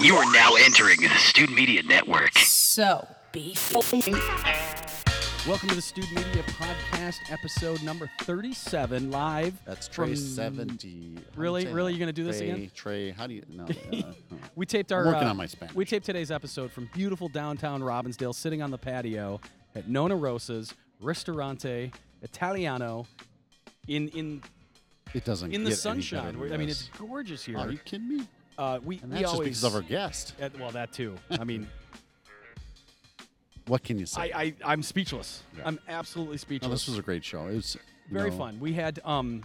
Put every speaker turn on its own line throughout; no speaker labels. You are now entering the Student Media Network.
So beefy.
Welcome to the Student Media Podcast, episode number 37, live.
That's
from-
Trey seventy. How do you
Really?
say
Really?
that?
You're gonna do this
Trey,
again?
Trey, how do you? No. uh,
We taped our.
I'm working
uh,
on my Spanish.
We taped today's episode from beautiful downtown Robbinsdale, sitting on the patio at Nona Rosa's Ristorante Italiano, in in
it doesn't.
in the
get any better
sunshine.
than
We're- I mean, it's
this.
gorgeous here.
Are you kidding me?
uh, we
And
we
that's just
always
because of our guest.
uh, well that too. I mean,
What can you say?
I, I I'm speechless.
Yeah.
I'm absolutely speechless.
no, this was a great show. It was you
very
know,
fun. We had um,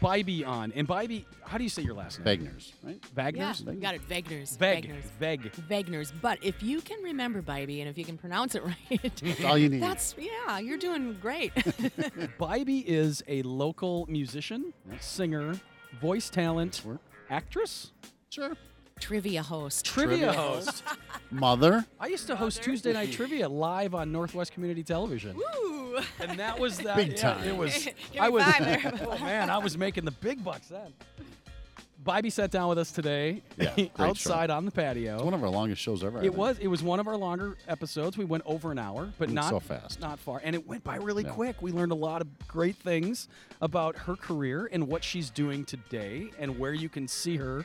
Bybee on, and Bybee. How do you say your last name?
Bagners, right?
Yeah,
Wagner's.
we got it. Wegner's.
Veg.
Wegner's.
Veg.
Wegner's. But if you can remember, baby, and if you can pronounce it right,
That's all you need.
that's, yeah, you're doing great.
Bybee is a local musician, singer, voice talent,
work.
actress,
sure.
Trivia host.
trivia host.
Mother.
I used to host Tuesday night trivia live on Northwest Community Television,
Ooh.
and that was that.
Big
yeah,
time.
It was.
Give
I
me
was.
five there.
oh, man, I was making the big bucks then. Bybee sat down with us today
Yeah, great show.
outside on the
It's one
patio.
of our longest shows ever. I
It
think.
was it was one of our longer episodes. We went over an hour, but
Went
not
so fast.
not far, and it went by really
Yeah.
quick. We learned a lot of great things about her career and what she's doing today, and where you can see her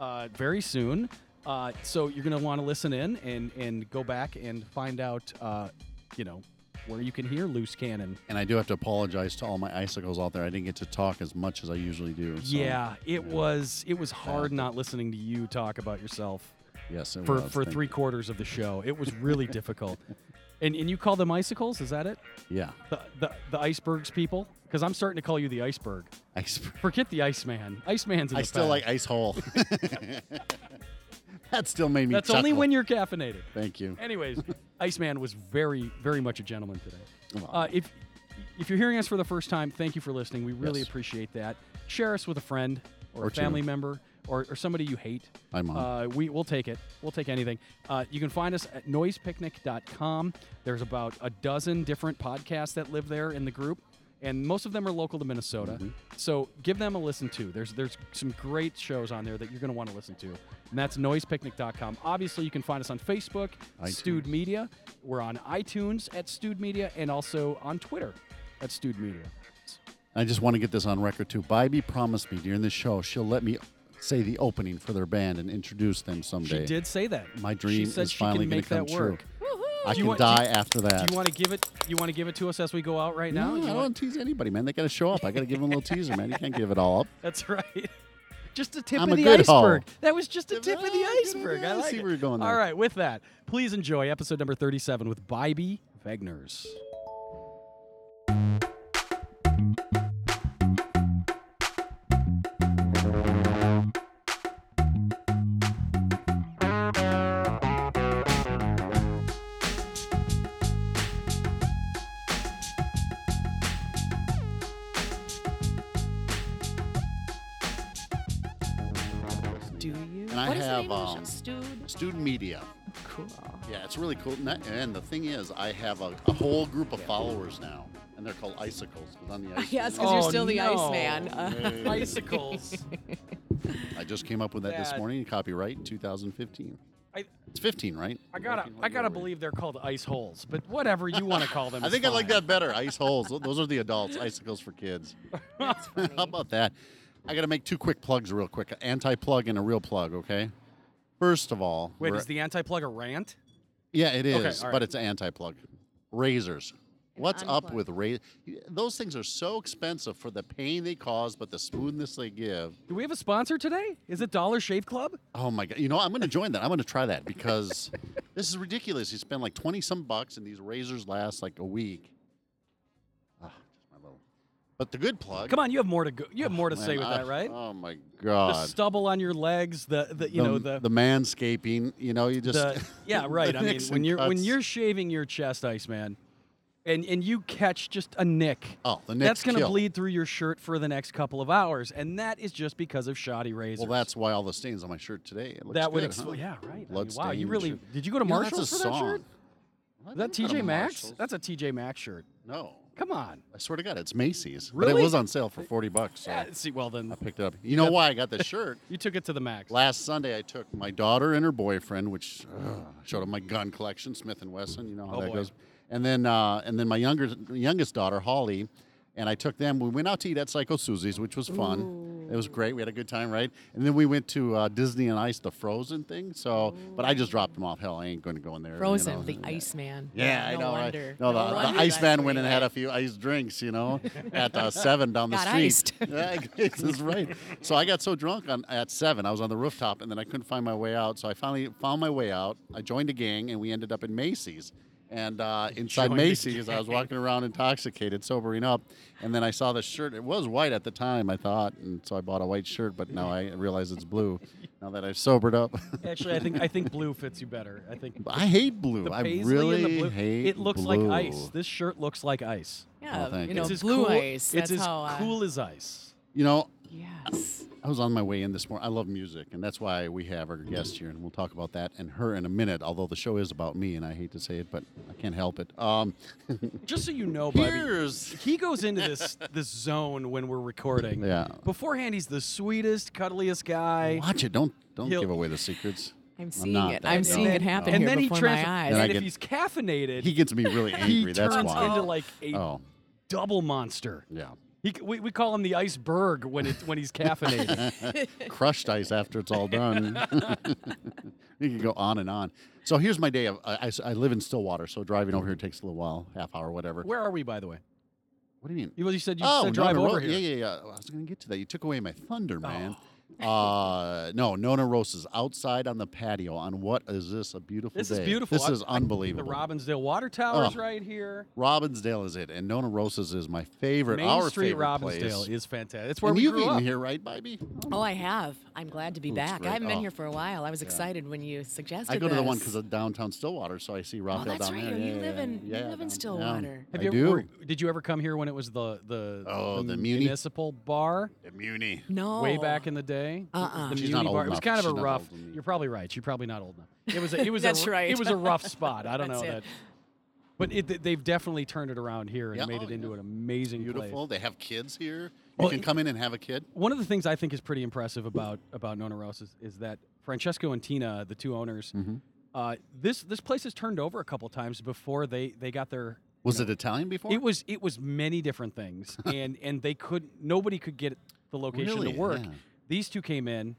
uh, very soon. Uh, so you're gonna want to listen in and and go back and find out, uh, you know, where you can hear Loose Cannon.
And I do have to apologize to all my icicles out there. I didn't get to talk as much as I usually do. So.
yeah, it
yeah.
was it was hard
Yeah.
not listening to you talk about yourself
Yes. It
for
was.
for
Thank
three quarters of the show. It was really difficult. And, and you call them icicles? Is that it?
you. Yeah.
The, the, the icebergs people? Because I'm starting to call you the iceberg.
Ice.
Forget the Iceman. Iceman's in
I
the
still
past.
like ice hole. that still made me.
That's only
chuckle.
when you're caffeinated.
Thank you.
Anyways, Iceman was very, very much a gentleman today.
Wow.
Uh, if if you're hearing us for the first time, thank you for listening. We really
Yes.
appreciate that. Share us with a friend or,
Or
a
two.
family member or, or somebody you hate.
Hi, Mom.
Uh, we will take it. We'll take anything. Uh, you can find us at noisepicnic.com. There's about a dozen different podcasts that live there in the group, and most of them are local to Minnesota.
Mm-hmm.
So give them a listen too. There's there's some great shows on there that you're going to want to listen to, and that's noisepicnic.com. Obviously, you can find us on Facebook,
iTunes.
Stude Media. We're on iTunes at Stude Media, and also on Twitter at Stude Media.
I just want to get this on record too. Bybee promised me during this show she'll let me say the opening for their band and introduce them someday.
She did say that.
My dream
she said
is
she
finally
can
going
make
to come
that
true.
work.
I
Do you
can
want-
die after that.
Do you want to give it? You want to give it to us as we go out right now? You
no, I don't
want-
want to tease anybody, man. They got to show up. I got to give them a little teaser, man. You can't give it all up.
That's right. Just a tip
I'm
of
a
the
good haul.
iceberg. That was just a tip of
Ah,
the
good
iceberg. I
idea. I
like
see
it.
where you're going
All
there.
right, with that, please enjoy episode number 37 with Bybee Vegners.
Do you?
And I
What is
have,
the name of
um,
the show? Stewed?
Student media.
Cool.
Yeah, it's really cool. And that- And the thing is, I have a, a whole group of followers now, and they're called icicles. 'cause I'm the ice.
Yeah, it's
man.
because you're
Oh,
still the
no.
Iceman. Uh,
Bicycles.
I just came up with that this
That-
morning. Copyright in 2015.
I-
it's 15, right?
I gotta,
Working
I
like
gotta
you're-
believe they're called ice holes, but whatever you want to call them.
I
is
think I like
fine.
that better. Ice holes. Tho- Those are the adults. Icicles for kids. How about that? I got to make two quick plugs real quick. An anti-plug and a real plug, okay? First of all,
Wait,
we're-
is the anti-plug a rant?
yeah, it is,
Okay, all right.
but it's an anti-plug. Razors. What's up
unplug.
with razors? Those things are so expensive for the pain they cause, but the smoothness they give.
Do we have a sponsor today? Is it Dollar Shave Club?
Oh my god! You know, I'm going to join that. I'm going to try that because this is ridiculous. You spend like 20 some bucks, and these razors last like a week. Ah, just my little. But the good plug.
Come on, you have more to go. You have more to
Man,
say with
I-
that, right?
Oh my
the
god.
stubble on your legs, the, the you know the
the manscaping, you know, you just
the- yeah, right.
the
I mean,
nicks
when
and
you're when
cuts.
you're shaving your chest, Iceman, and and you catch just a nick.
Oh, the
That's
nicks
gonna
kill.
bleed through your shirt for the next couple of hours, and that is just because of shoddy razors.
Well, that's why all the stains on my shirt today. It looks
that would
good,
explain.
huh?
Yeah, right. I
Blood
mean, wow, you
stain
really
should-
did. You go to
You know,
Marshalls
that's a
for that
song.
shirt?
Well, I
Was that
didn't go to
TJ Maxx?
Marshalls.
That's a TJ Maxx shirt.
no.
Come on.
I swear to God, it's Macy's. But
Really?
it was on sale for 40 bucks. So
Yeah, Uh, see, well then
I picked it up. You know why I got this shirt?
you took it to the max.
Last Sunday, I took my daughter and her boyfriend, which uh, showed up my gun collection, Smith and Wesson. You know how
Oh,
that
boy.
goes. And then, uh, and then my younger youngest daughter, Holly, and I took them. We went out to eat at Psycho Susie's, which was fun. It was great. We had a good time, right? And then we went to uh, Disney and Ice, the Frozen thing. So, but I just dropped them off. Hell, I ain't going to go in there. you
Frozen,
know.
the Iceman.
Yeah, I
no
know. right?
Wonder.
No, the,
wonder
the Iceman
that's
went and
where
had
you
a few ice drinks, you know, at uh, seven down the
Got
street.
iced.
Yeah, this is right. So I got so drunk on at seven, I was on the rooftop, and then I couldn't find my way out. So I finally found my way out. I joined a gang, and we ended up in Macy's. And uh, inside
Joined a
Macy's, I was walking around intoxicated, sobering up, and then I saw this shirt. It was white at the time, I thought, and so I bought a white shirt. But now I realize it's blue. Now that I've sobered up,
Actually, I think I think blue fits you better. I think
I hate blue. I
paisley and
really
the blue.
hate.
It looks like ice.
blue.
This shirt looks like ice.
Yeah,
Oh, thank
you
you.
know,
it's as
blue
cool,
ice. That's
It's as
how. uh,
cool as ice.
You know,
Yes.
I was on my way in this morning. I love music, and that's why we have our guest here, and we'll talk about that and her in a minute. Although the show is about me, and I hate to say it, but I can't help it. Um,
Just so you know, Bobby,
here's
he goes into this this zone when we're recording.
yeah.
Beforehand, he's the sweetest, cuddliest guy.
Watch it. Don't don't
He'll-
give away the secrets.
I'm seeing
not
it.
that
I'm
dumb.
seeing it
No.
happen
And
here
then he
before
trans-
my
Then
eyes.
I
and if
get-
he's caffeinated,
He gets me really
he
angry. that's
turns
why.
into like a
oh,
double monster.
yeah.
He, c- we, we call him the iceberg when it, when he's caffeinated.
Crushed ice after it's all done. you can go on and on. So here's my day of. I, I, I live in Stillwater, so driving over here takes a little while, half hour, whatever.
Where are we, by the way?
What do you mean?
You, well, you said you
oh,
said drive
Nona
over
Ro-
here. Oh.
Yeah, yeah, yeah. I was going to get to that. You took away my thunder, man. Uh, no, Nona Rosa's outside on the patio on what is this? A beautiful
This
day.
is beautiful.
This
I-
is
I- The
unbelievable.
Robbinsdale Water Tower is
Oh.
right here.
Robbinsdale is it, and Nona Rosa's is my favorite.
Main
our
Street
favorite
Robbinsdale
place.
is fantastic. It's where
and
we
you've
grew
eaten
up.
here, right, baby?
Oh, I have. I'm glad to be
Ooh, it's
back.
great.
I haven't
Oh.
been here for a while. I was excited when you suggested
I go to the one
this.
because of downtown Stillwater, so I see
Oh,
Rockdale
that's
down
right.
there.
You
Yeah,
live
yeah,
in
yeah,
you live in
downtown.
Stillwater.
Have
I
you ever,
do.
were- did you ever come here when it was the the
Oh, the Muni-
municipal bar
At Muni.
No.
way back in the day? It was
Uh-uh.
The
She's
Muni
not old
bar. It was
enough.
kind of
She's
a
not
rough.
old enough.
You're probably right. You're probably not old enough. It was a, it was
That's
a, r-
right.
It was a rough spot. I don't know
That's
that.
it.
But it, they've definitely turned it around here and
Yeah,
made
oh,
it into
yeah.
an amazing place.
Beautiful. They have kids here. You
Well,
can
it-
come in and have a kid.
One of the things I think is pretty impressive about about Nona Rosa is, is that Francesco and Tina, the two owners,
Mm-hmm.
uh, this this place has turned over a couple times before they they got their.
Was it Italian before?
It was it was many different things, and and they could nobody could get the location
Really?
to work.
Yeah.
These two came in.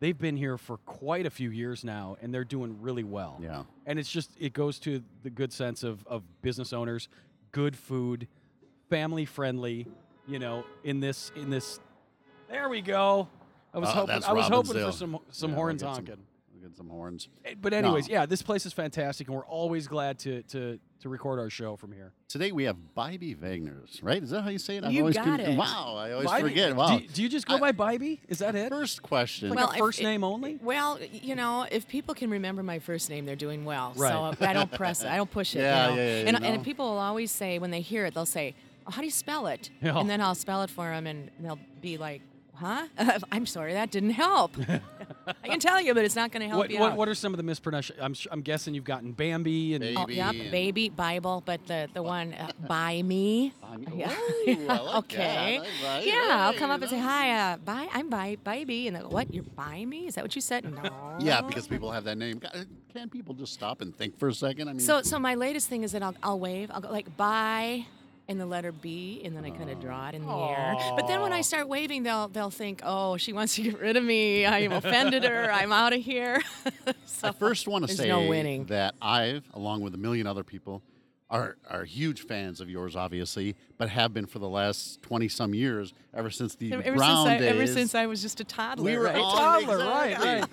They've been here for quite a few years now, and they're doing really well.
Yeah.
And it's just it goes to the good sense of of business owners, good food, family friendly, you know, in this in this There we go. I was
Uh,
hoping
that's
I was hoping for
Robbinsdale.
some some
Yeah, we'll
horns
get some-
honking.
We'll get some horns.
Eh, But anyways, yeah, this place is fantastic and we're always glad to to to record our show from here.
Today we have Bybee Wagners, right? Is that how you say it? I've
You
always
got it.
Wow, I always
Bybee-
forget.
do-
Wow.
Do, you just go by Bybee? Is that it?
First question.
Like
Well,
a
if
first
it-
name only?
Well, y- you know, if people can remember my first name, they're doing well.
Right.
So uh, I don't press it. I don't push it. you
Yeah,
know?
yeah, yeah,
and,
you know.
and people will always say when they hear it, they'll say, oh, "How do you spell it?"
Yeah.
And then I'll spell it for them, and they'll be like, "Huh? I'm sorry, that didn't help." I can tell you, but it's not going to help
What,
you
what
out.
what are some of the mispronunciations? I'm su- I'm guessing you've gotten Bambi and
Baby.
Oh, yep,
and-
baby Bible, but the the one uh, by me.
I'm-
Yeah.
Ooh, I like
okay.
that. I like-
yeah, I'll come
hey,
up and say
you know.
hi. Uh, bye. I'm by baby, and they're, what? You're by me? Is that what you said? No.
Yeah, because people have that name. God, Can people just stop and think for a second? I mean,
So, so my latest thing is that I'll, I'll wave. I'll go like bye, and the letter B, and then I kind of draw it in the air. But then when I start waving, they'll they'll think, oh, she wants to get rid of me. I offended her. I'm out of here. so,
I first want to
there's
say
no winning.
that I've, along with a million other people, are are huge fans of yours, obviously, but have been for the last twenty some years, ever since the
ever since
Brown
I,
days.
ever since I was just a toddler.
we were
right?
all
Toddler, right,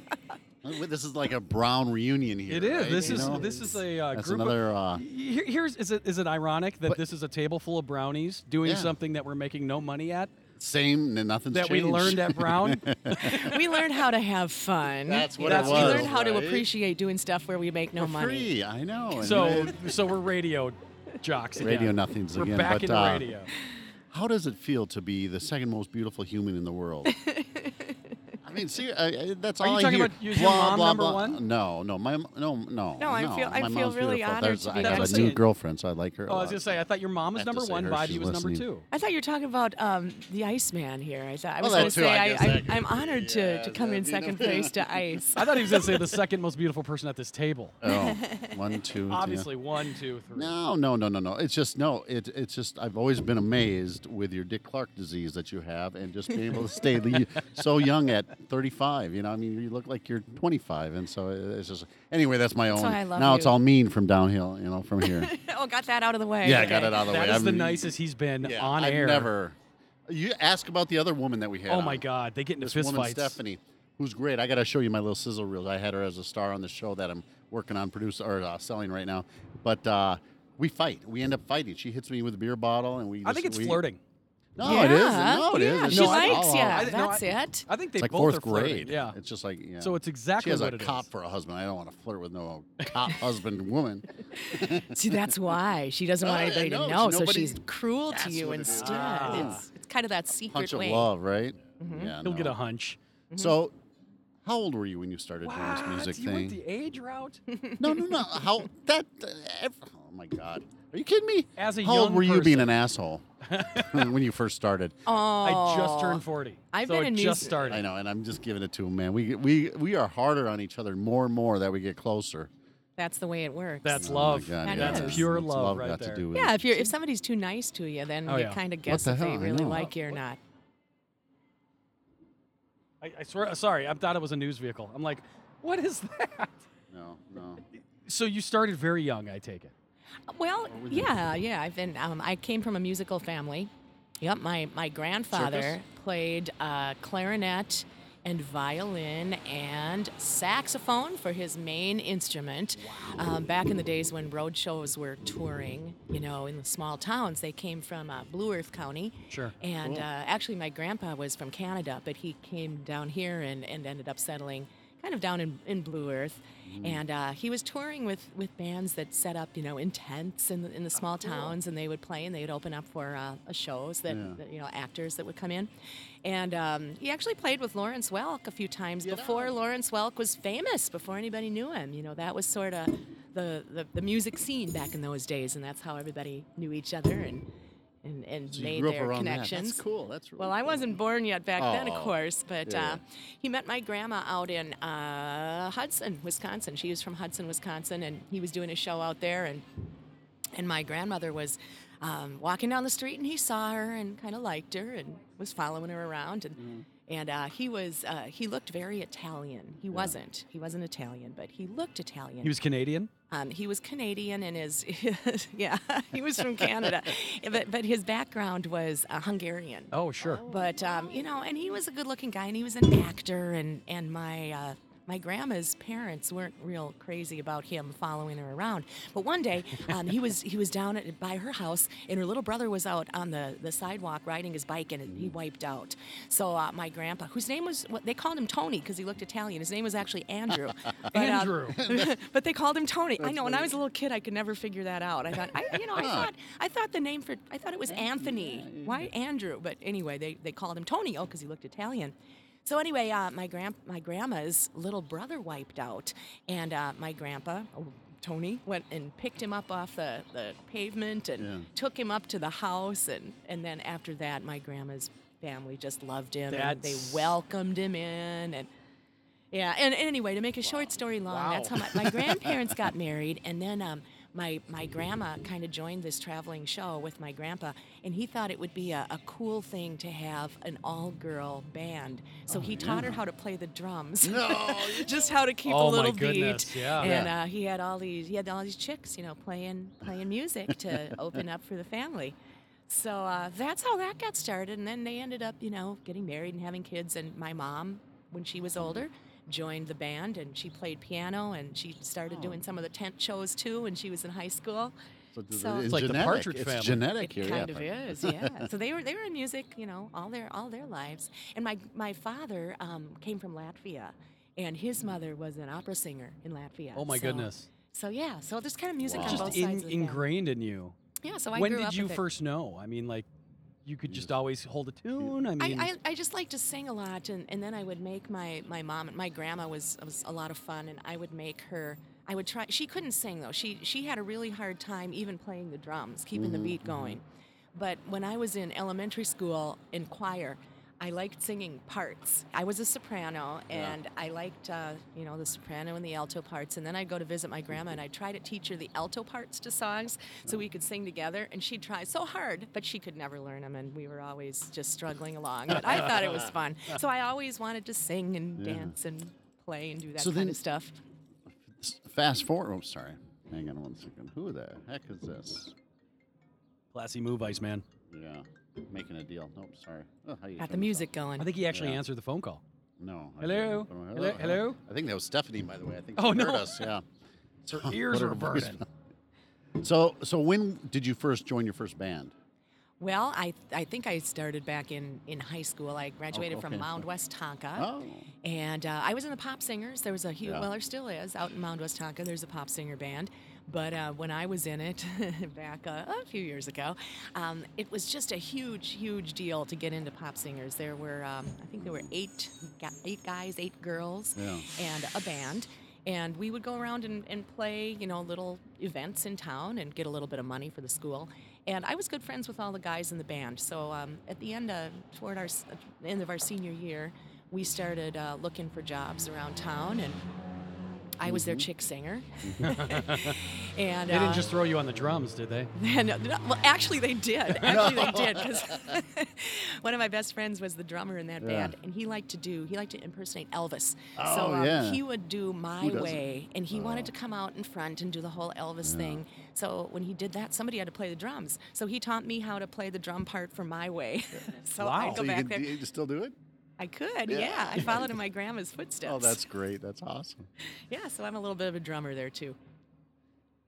right. This is like a Brown reunion here.
It is.
right?
This
You
is
know?
this is a uh,
That's
group of-
another. uh,
Y- Here, here's is it is it ironic that
But-
this is a table full of brownies doing
Yeah.
something that we're making no money at
Same, and nothing's
that we
changed.
learned at Brown?
we learned how to have fun.
That's what
it
we
was,
learned how to
right?
appreciate doing stuff where we make no
For
money.
free. I know. and
so
then
so we're radio jocks again.
radio nothings
We're
again.
back
but
in
uh,
radio.
how does it feel to be the second most beautiful human in the world? I mean, see, I, I, that's
Are
all
you
I
talking
hear.
about- is your mom number one?
No, no, my m- no, no.
No, I feel-
my
I feel
mom's
really
beautiful.
honored
There's,
to be
I have a
nominated.
new girlfriend, so I like her. a
Oh, I was
lot.
gonna say, I thought your mom was
have to
number
say
one,
her,
Bobby
she's
was number
listening.
two.
I thought you were talking about um, the Iceman here. I thought I was
Well, that
going to
too,
say
I
I
guess
I,
that
I, am
could be-
honored to,
yeah,
to come in
that'd be
second
the-
place to Ice.
I thought he was gonna say the second most beautiful person at this table.
Oh, one, two, three.
Obviously, one, two, three.
No, no, no, no, no. It's just no. It, it's just I've always been amazed with your Dick Clark disease that you have, and just being able to stay the, so young at 35. You know, I mean, you look like you're 25, and so it's just anyway. That's my own.
why I love
now it's
you.
all mean from downhill. You know, from here.
oh, got that out of the way.
yeah, I got it out of the
That
way.
is
I'm-
the nicest he's been
yeah,
on
I've
air.
Never. You ask about the other woman that we had.
Oh
on.
my God, they get into
This
fist
woman
fights.
Stephanie, who's great. I got to show you my little sizzle reels. I had her as a star on the show that I'm working on producing or uh, selling right now. But uh, we fight. We end up fighting. She hits me with a beer bottle, and we.
I think
just-
it's
we-
flirting.
No, it isn't. No, it
yeah,
isn't.
She
No, I-
likes
oh,
you.
oh,
I- no,
That's
I-
it.
I think they
It's like
both
fourth
are flirting,
grade.
Yeah.
It's just like yeah.
So it's exactly
she has
what
a
it
cop
is.
for a husband. I don't want to flirt with no cop husband woman.
See, that's why she doesn't want
No, I
anybody
know,
to know, so
nobody-
she's cruel to
That's
you
what it is.
instead.
Ah.
It's, it's kind of that secret
Punch of
way.
love, right?
Mm-hmm.
Yeah.
He'll get
no.
a hunch.
So, how old were you when you started doing this music
you
thing?
went the age route?
No, no, no. How that? Uh, ev- oh my God! Are you kidding me?
As a
how old
young
were you being
person.
an asshole when you first started?
Oh,
I just turned 40.
I've
so
been
it
in
just
news-
started.
I know, and I'm just giving it to him, man. We we we are harder on each other more and more that we get closer.
That's the way it works.
That's
Oh my
love.
God,
That
yeah,
That's
is.
pure
What's
love, right
got
there.
To do with
yeah.
it?
If you're if somebody's too nice to you, then
Oh,
you
yeah.
kind of guess
the
if
hell?
they
I
really
know.
like you or not.
I, I swear. Sorry, I thought it was a news vehicle. I'm like, what is that?
No, no.
So you started very young, I take it.
Well, yeah, yeah. I've been. Um, I came from a musical family. Yep, my my grandfather
Circus?
played uh, clarinet and violin and saxophone for his main instrument. Um, back in the days when road shows were touring, you know, in the small towns, they came from uh, Blue Earth County.
Sure.
And uh, actually, my grandpa was from Canada, but he came down here and, and ended up settling kind of down in, in Blue Earth. And uh, he was touring with, with bands that set up, you know, in tents in the, in the small towns, and they would play and they would open up for uh, shows that, that, you know actors that would come in. And um, he actually played with Lawrence Welk a few times before Lawrence Welk was famous, before anybody knew him. You know, that was sort of the, the, the music scene back in those days, and that's how everybody knew each other and and, and
So you
made
grew up
their
around that. That's
connections.
cool. That's really
well, I
cool.
wasn't born yet back then,
Oh,
of course, but
yeah.
uh, he met my grandma out in uh, Hudson, Wisconsin. She was from Hudson, Wisconsin, and he was doing a show out there, and and my grandmother was um, walking down the street, and he saw her and kind of liked her and was following her around, and
Mm-hmm.
and uh, he was uh, he looked very Italian. He wasn't he wasn't Italian, but he looked Italian.
He was Canadian.
Um, he was Canadian and his, yeah, he was from Canada, but but his background was uh, Hungarian.
Oh, sure.
But um, you know, and he was a good-looking guy, and he was an actor, and and my uh, my grandma's parents weren't real crazy about him following her around. But one day, um, he was he was down at, by her house, and her little brother was out on the, the sidewalk riding his bike, and he wiped out. So uh, my grandpa, whose name was what they called him Tony because he looked Italian, his name was actually Andrew. But, uh,
Andrew.
but they called him Tony. I know. When I was a little kid, I could never figure that out. I thought, I, you know, I thought, I thought the name for, I thought it was Anthony. Why Andrew? But anyway, they, they called him Tony. Oh, because he looked Italian. So anyway, uh, my grand my grandma's little brother wiped out, and uh, my grandpa. oh, Tony went and picked him up off the, the pavement and
Yeah.
took him up to the house and, and then after that my grandma's family just loved him and they
That's-
welcomed him in and yeah, and, and anyway, to make a short story long, that's how my, my grandparents got married, and then um, my my grandma kind of joined this traveling show with my grandpa, and he thought it would be a, a cool thing to have an all girl band, so he taught her how to play the drums,
No,
just how to keep
Oh,
a
my
little
goodness,
beat,
yeah.
and uh, he had all these he had all these chicks, you know, playing playing music to open up for the family. So uh, that's how that got started. And then they ended up, you know, getting married and having kids. And my mom, when she was older, joined the band and she played piano and she started
Oh.
doing some of the tent shows too when she was in high school.
So it's
So- It's
like the
genetic.
Partridge
it's
Family.
genetic
It
here.
kind
yeah,
of is, yeah. so they were they were in music, you know, all their all their lives. And my my father um, came from Latvia, and his mother was an opera singer in Latvia.
Oh my
So-
goodness.
So yeah, so there's kind of music
Wow.
on
Just
both
In,
sides. of the family.
ingrained in you.
Yeah. So I
when
grew
did
up
you
with it.
first know? I mean, like, you could just always hold a tune. I mean,
I, I, I just like to sing a lot, and, and then I would make my, my mom and my grandma was was a lot of fun, and I would make her. I would try. She couldn't sing though. She she had a really hard time even playing the drums, keeping
Mm-hmm,
the beat going. But when I was in elementary school in choir, I liked singing parts. I was a soprano, and I liked uh, you know the soprano and the alto parts. And then I'd go to visit my grandma, and I'd try to teach her the alto parts to songs so we could sing together. And she'd try so hard, but she could never learn them, and we were always just struggling along. But I thought it was fun, so I always wanted to sing and dance and play and do that
So
kind
then-
of stuff.
S- Fast forward. Oh, sorry. Hang on one second. Who the heck is this?
classy move, Ice Man.
Yeah, making a deal. Nope, sorry. Oh, how you turn
Got
this
the music
off?
going.
I think he actually
Yeah.
answered the phone call.
No. I
Hello?
didn't. Oh,
Hello? Hello?
I think that was Stephanie, by the way. I think she
Oh,
heard
no.
us. Yeah.
Her ears
What a
are
voice.
burning.
So, so when did you first join your first band?
Well, I I think I started back in in high school. I graduated
Oh, okay.
from Mound West Tonka.
Oh,
And uh, I was in the Pop Singers. There was a huge,
Yeah.
well, there still is out in Mound West Tonka. There's a Pop Singer band. But uh, when I was in it back uh, a few years ago, um, it was just a huge, huge deal to get into Pop Singers. There were, um, I think there were eight, gu- eight guys, eight girls,
Yeah.
and a band. And we would go around and, and play, you know, little events in town and get a little bit of money for the school. And I was good friends with all the guys in the band. So um, at the end of, toward our, s- end of our senior year, we started uh, looking for jobs around town, and I was their chick singer. and
Mm-hmm. They didn't
uh,
just throw you on the drums, did they?
and, uh, no, well, actually, they did. Actually, they did because one of my best friends was the drummer in that
Yeah.
band, and he liked to do he liked to impersonate Elvis.
Oh,
so um,
yeah.
he would do "My
Who doesn't? Oh.
Way," and he wanted to come out in front and do the whole Elvis thing. So when he did that, somebody had to play the drums. So he taught me how to play the drum part for "My Way." so
Wow.
I'd
so
go
you
back
can
there.
do you still do it?
I could,
Yeah.
yeah. I followed in my grandma's footsteps.
Oh, that's great. That's awesome.
yeah. So I'm a little bit of a drummer there too.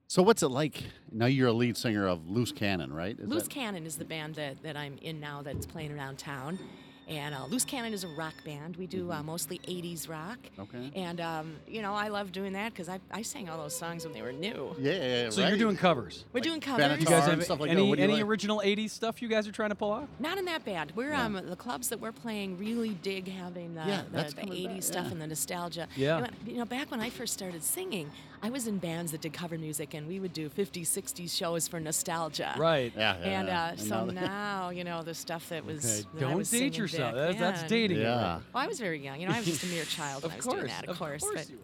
So, what's it like? Now you're a lead singer of Loose Cannon, right? Is
Loose
that-
Cannon is the band that, that I'm in now that's playing around town. And uh, Loose Cannon is a rock band. We do uh, mostly 80s rock.
Mm-hmm. Okay.
And, um, you know, I love doing that because I, I sang all those songs when they were new.
Yeah, yeah, yeah,
So
right.
you're doing covers.
We're doing covers.
You guys
Guitar and
have
stuff like that.
any
What do you
any
like?
original '80s stuff you guys are trying to pull off?
Not in that band. We're um the clubs that we're playing really dig having the
Yeah,
the,
that's
the
coming
'80s
back,
stuff
yeah.
and the nostalgia.
Yeah.
You know, you know, back when I first started singing, I was in bands that did cover music, and we would do 50s, 60s shows for nostalgia.
Right.
Yeah, yeah,
And
yeah.
uh, so
now-
now, you know, the stuff that
Okay.
was. that I
Don't
was
date
singing
yourself.
back
That's, that's
then.
dating. you
Yeah.
right?
Well, I was very young. You know, I was just a mere child when I
Of
was
course.
doing that, of, course. but
you were.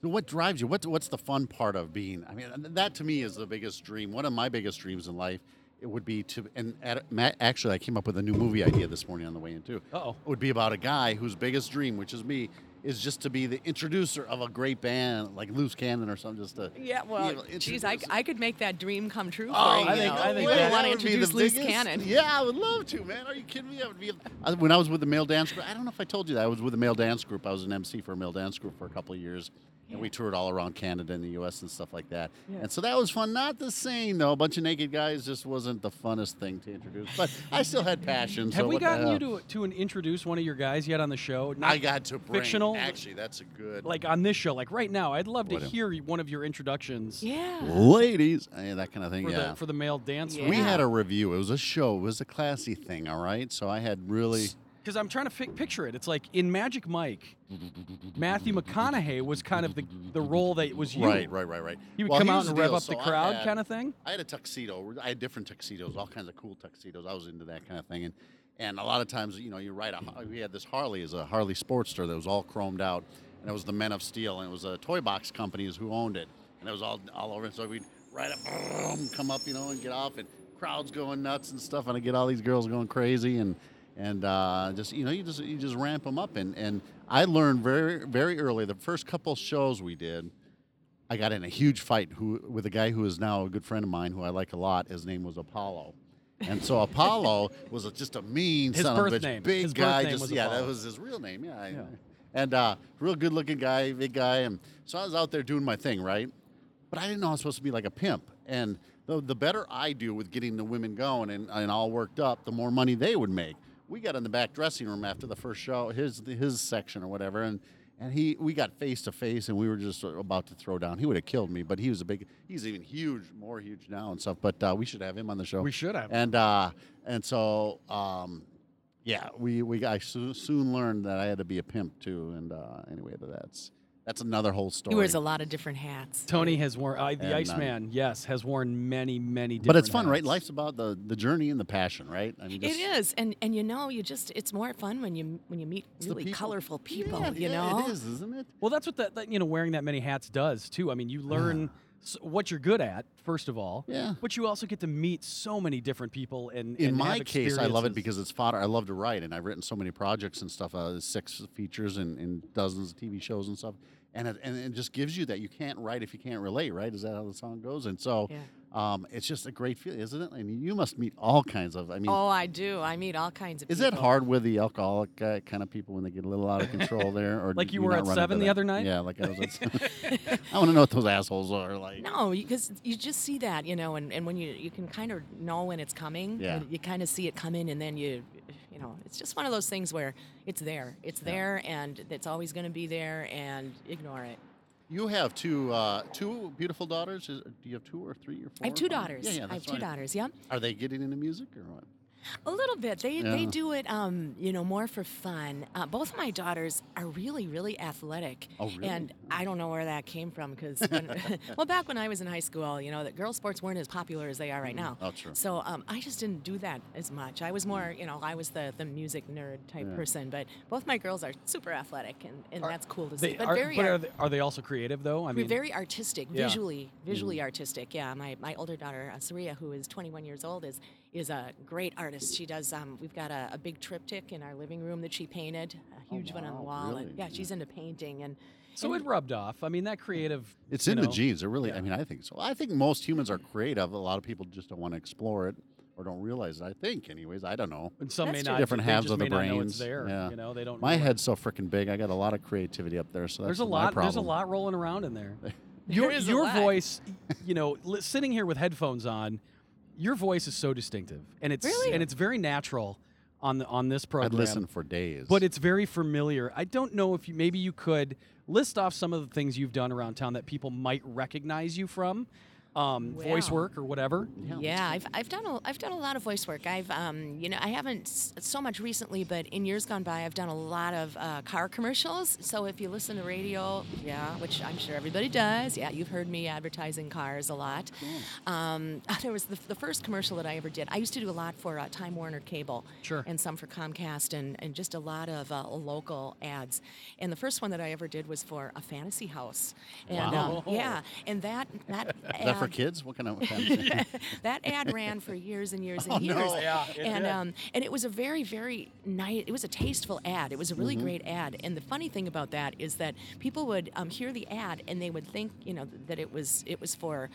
So What drives you? What What's the fun part of being? I mean, th- that to me is the biggest dream. One of my biggest dreams in life it would be to. And at, ma actually, I came up with a new movie idea this morning on the way in too.
Uh-oh.
It would be about a guy whose biggest dream, which is me, is just to be the introducer of a great band like Loose Cannon or something. Just to
yeah, well,
you know,
geez, I,
introduce-
I could make that dream come true for
Oh,
you.
I think-
you know?
I think
Wouldn't
that-
want to
would be
introduce
the
Loose
biggest-
Cannon.
Yeah, I would love to, man. Are you kidding me? I would be. I- When I was with the male dance group, I don't know if I told you that I was with the male dance group. I was an MC for a male dance group for a couple of years, and we toured all around Canada and the U.S. and stuff like that. And so that was fun. Not the same though. A bunch of naked guys just wasn't the funnest thing to introduce. But I still had passion.
Have
so
we
what the
gotten you
hell.
to to an, introduce one of your guys yet on the show? Not
I got to bring,
fictional?
Actually, that's a good.
like on this show, like right now. I'd love to
Whatever.
hear one of your introductions
Yeah.
ladies, eh, that kind of thing.
for
yeah.
the for the male dance.
Yeah.
we had a review. It was a show. It was a classy thing. All right. So I had really.
because I'm trying to fi- picture it. It's like in Magic Mike, Matthew McConaughey was kind of the the role that was you.
Right, right, right, right.
He would
Well,
come out
here's
and
the
rev
deal.
up the
So I
crowd,
had-
kind of thing.
I had a tuxedo. I had different tuxedos, all kinds of cool tuxedos. I was into that kind of thing, and and a lot of times, you know, you ride a. Har- We had this Harley, as a Harley Sportster that was all chromed out, and it was the Men of Steel, and it was a toy box company is who owned it, and it was all all over. And so we'd ride up, vroom, come up, you know, and get off, and crowds going nuts and stuff, and I get all these girls going crazy, and and uh, just you know you just you just ramp them up, and and I learned very very early the first couple shows we did. I got in a huge fight who, with a guy who is now a good friend of mine who I like a lot. His name was Apollo. And so Apollo was a, just a mean
His
son
birth
of a bitch,
name-
big
his birth
guy.
name
just
was
yeah, that
Apollo.
was his real name. Yeah, I- and uh, real good-looking guy, big guy. And so I was out there doing my thing, right? But I didn't know I was supposed to be like a pimp. And the, the better I do with getting the women going and, and all worked up, the more money they would make. We got in the back dressing room after the first show, his his section or whatever, and And he, we got face to face, and we were just about to throw down. He would have killed me, but he was a big. He's even huge, more huge now and stuff. But uh, we should have him on the show.
We should have.
And uh, and so, um, yeah, we we I so, soon learned that I had to be a pimp too. And uh, anyway, that's that's another whole story.
He wears a lot of different hats.
Tony has worn I, the
And, uh,
Iceman. yes, has worn many, many. Different
but it's fun, right?
hats.
Life's about the the journey and the passion, right? I mean,
It is, and and you know, you just it's more fun when you when you meet
the
really
people.
colorful people.
Yeah,
you
yeah,
know,
it is, isn't it?
Well, that's what that, that you know wearing that many hats does too. I mean, you learn s what you're good at first of all.
Yeah.
But you also get to meet so many different people and
in
and have
my case, I love it
experiences.
because it's fodder. I love to write, and I've written so many projects and stuff, uh, six features and, and dozens of TV shows and stuff. And it, and it just gives you that you can't write if you can't relate, right? Is that how the song goes? And so,
Yeah.
um, it's just a great feeling, isn't it? And you must meet all kinds of. I mean,
oh, I do. I meet all kinds of.
is
people.
that hard with the alcoholic uh, kind of people when they get a little out of control there? Or
Like
do
you were
not
at
run
seven the
into that?
other night?
Yeah, like I was. At seven. I want to know what those assholes are like.
No, because you just see that, you know, and, and when you you can kind of know when it's coming.
Yeah.
You, kind of see it coming, and then you, you know, it's just one of those things where it's there, it's there, and it's always going to be there, and ignore it.
You have two uh, two beautiful daughters. Is, do you have two or three or four?
I have two
or five?
daughters.
Yeah, yeah,
I
that's
have two
right.
daughters. Yeah.
Are they getting into music or what?
A little bit. They they
Yeah.
do it, um, you know, more for fun. Uh, both my daughters are really, really athletic.
Oh, really?
And I don't know where that came from because, well, back when I was in high school, you know, that girl sports weren't as popular as they are right now.
Oh, true.
So um, I just didn't do that as much. I was more, you know, I was the, the music nerd type person. But both my girls are super athletic, and, and that's cool to see.
They are,
very
but
ar-
are, they, are they also creative though? I
we're
mean,
very artistic,
Yeah. Mm-hmm.
visually, visually artistic. Yeah, my, my older daughter uh, Saria, who is 21 years old, is is a great artist. She does. Um, we've got a, a big triptych in our living room that she painted,
Oh,
a huge one on the
wow,
wall.
really?
And, yeah, she's into painting, and
so it rubbed off. I mean, that creative.
It's
you
in the
know,
genes. It really. I mean, I think so. I think most humans are creative. A lot of people just don't want to explore it or don't realize it. I think, anyways. I don't know.
And some may
That's
not.
true.
Different
they
halves
just
of the
may not know
brains.
it's there.
Yeah.
You know, they don't.
My
know it.
head's so freaking big. I got a lot of creativity up there. So that's
There's a
my
lot. There's a
problem.
lot rolling around in there.
There
your
is a
your
lot.
voice, you know, li- sitting here with headphones on, your voice is so distinctive, and it's
Really?
and it's very natural on the on this program.
I'd listen for days.
but it's very familiar. I don't know if you maybe you could list off some of the things you've done around town that people might recognize you from, um, voice
Wow.
work or whatever.
yeah, I've, I've done a, I've done a lot of voice work. I've um, you know I haven't s- so much recently, but in years gone by, I've done a lot of uh, car commercials. So if you listen to radio, yeah, which I'm sure everybody does, yeah, you've heard me advertising cars a lot. Um, there was the, the first commercial that I ever did. I used to do a lot for uh, Time Warner Cable,
Sure.
and some for Comcast, and and just a lot of uh, local ads. And the first one that I ever did was for a fantasy house. And,
Wow.
um, yeah, and that that
is that for
ad-
kids? What kind of? kind of-
that ad ran for years and years and
Oh,
years.
no.
Yeah, it
and
did.
um and it was a very very nice. It was a tasteful ad. It was a really
Mm-hmm.
great ad. And the funny thing about that is that people would um, hear the ad and they would think you know that it was it was for.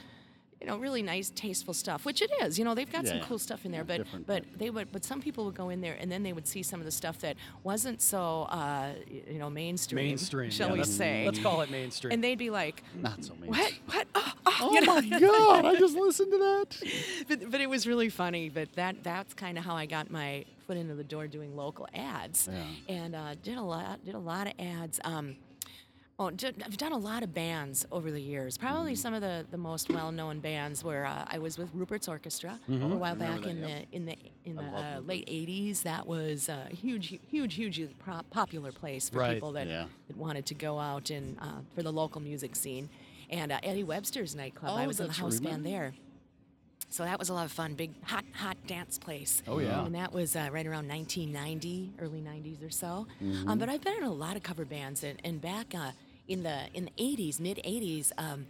You know, really nice, tasteful stuff, which it is. You know, they've got some
Yeah,
cool stuff in there,
yeah,
but
different
but they would, but some people would go in there and then they would see some of the stuff that wasn't so, uh, y- you know, mainstream.
Mainstream,
shall
yeah,
we
let's-
say?
Let's call it mainstream.
And they'd be like,
Not so many.
"What? What? Oh, oh,"
Mm. Oh
you know?
my God! I just listened to that.
but, but it was really funny. But that that's kind of how I got my foot into the door doing local ads,
Yeah.
and uh, did a lot did a lot of ads. Um, oh, did, I've done a lot of bands over the years. Probably
Mm-hmm.
some of the, the most well known bands were uh, I was with Rupert's Orchestra
Mm-hmm.
a while back in the in the in the
love
uh,
Rupert's.
late '80s. That was a huge huge huge pro- popular place for
Right.
people that,
Yeah.
that wanted to go out and uh, for the local music scene. And uh, Eddie Webster's nightclub. I
Oh,
was in the
that's
house
Ruben.
band there. So that was a lot of fun. Big hot, hot dance place.
Oh, yeah.
And that was uh, right around 1990, early 90s or so.
Mm-hmm.
Um, but I've been in a lot of cover bands, and, and back uh, in the in the 80s, mid 80s. Um,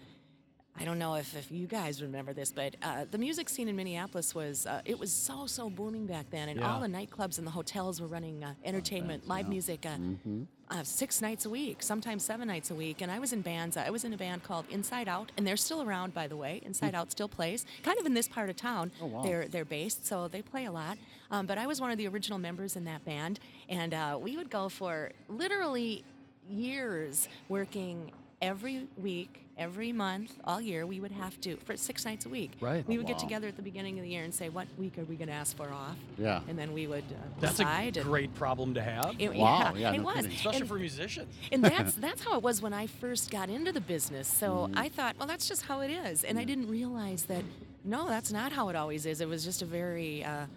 I don't know if, if you guys remember this, but uh, the music scene in Minneapolis was uh, it was so so booming back then, and all
Yeah.
the nightclubs and the hotels were running uh, entertainment, live music, uh,
Mm-hmm.
uh, six nights a week, sometimes seven nights a week. And I was in bands. I was in a band called Inside Out, and they're still around, by the way. Inside Out still plays, kind of in this part of town. Oh,
Hmm. wow.
They're they're based, so they play a lot. Um, but I was one of the original members in that band, and uh, we would go for literally years working every week, every month, all year, we would have to, for six nights a week,
Right.
we would get
Wow.
together at the beginning of the year and say, what week are we going to ask for off?
Yeah.
And then we would uh,
That's a
decide. and-
great problem to have,
It-
Wow, yeah,
it
no
was.
kidding.
especially
And-
for musicians.
and that's that's how it was when I first got into the business. So
Mm-hmm.
I thought, well, that's just how it is, and I didn't realize that. No, that's not how it always is. It was just a very uh,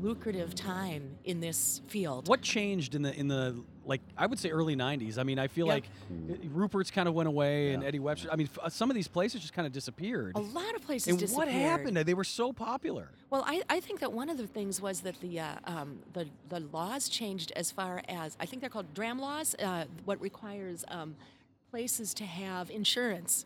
lucrative time in this field.
What changed in the in the like I would say early '90s? I mean, I feel
Yeah.
like uh, Rupert's kind of went away, and Eddie Webster. I mean, f- uh, some of these places just kind of disappeared.
A lot of places
and what
disappeared.
happened? They were so popular.
Well, I, I think that one of the things was that the uh, um, the the laws changed as far as I think they're called dram laws. Uh, what requires um, places to have insurance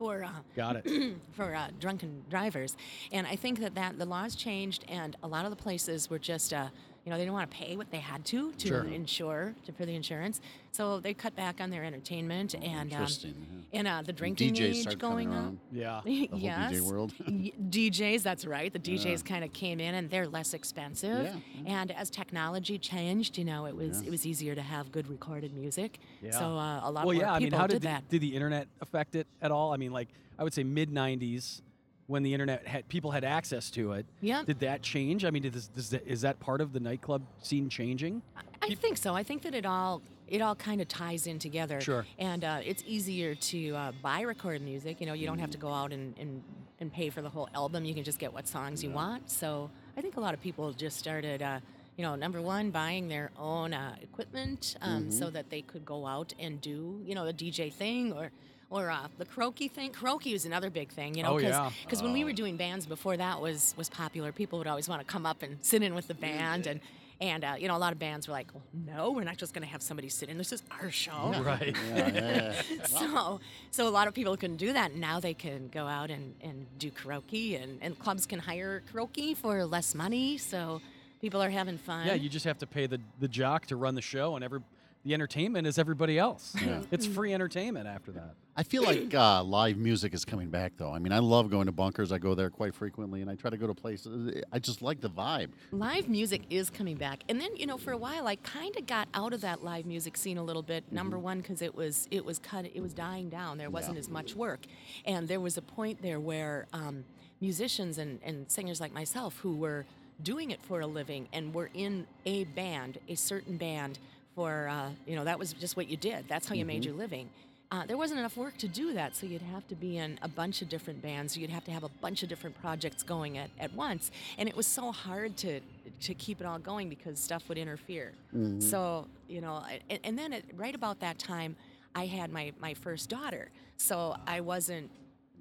for uh,
Got it.
for uh, drunken drivers. And I think that, that the laws changed, and a lot of the places were just, uh, you know, they didn't want to pay what they had to to
Sure.
insure to, for the insurance, so they cut back on their entertainment and
Oh, Interesting.
um,
yeah.
and uh, the drinking
DJs
age
started coming
going up.
around.
yeah.
The whole
yes.
DJ world.
Y- DJs, that's right. The DJs kind of came in, and they're less expensive.
Yeah,
And as technology changed, you know, it was it was easier to have good recorded music.
Yeah.
So uh, a lot more
Well, yeah. I mean,
people
how
did,
did the,
that.
did the internet affect it at all? I mean, like I would say mid '90s when the internet had people had access to it.
Yep.
Did that change? I mean, did this, does that, is that part of the nightclub scene changing?
I think so. I think that it all it all kind of ties in together.
Sure.
And uh, it's easier to uh, buy recorded music. You know, you don't have to
Mm.
go out and, and, and pay for the whole album. You can just get what songs you want. So I think a lot of people just started, uh, you know, number one, buying their own uh, equipment um,
Mm-hmm.
so that they could go out and do, you know, the DJ thing or. Or uh, the karaoke thing. Karaoke was another big thing, you know,
Oh,
because
yeah.
when we were doing bands before that was was popular, people would always want to come up and sit in with
Mm.
the band and and uh, you know, a lot of bands were like, well, "No, we're not just going to have somebody sit in. This is our show."
Right.
Yeah, yeah, yeah.
So, so a lot of people couldn't do that. Now they can go out and, and do karaoke, and, and clubs can hire karaoke for less money. So, people are having fun.
Yeah, you just have to pay the, the jock to run the show, and every the entertainment is everybody else.
Mm-hmm.
it's free entertainment after that.
I feel like uh, live music is coming back, though. I mean, I love going to bunkers. I go there quite frequently, and I try to go to places. I just like the vibe.
live music is coming back and then you know for a while i kind of got out of that live music scene a little bit number one because it was it was cut it was dying down there wasn't as much work and there was a point there where um, musicians and, and singers like myself who were doing it for a living and were in a band a certain band for uh, you know that was just what you did that's how you made your living uh, there wasn't enough work to do that, so you'd have to be in a bunch of different bands. You'd have to have a bunch of different projects going at, at once, and it was so hard to to keep it all going because stuff would interfere. So you know, I- and, and then at, right about that time, I had my my first daughter, so I wasn't.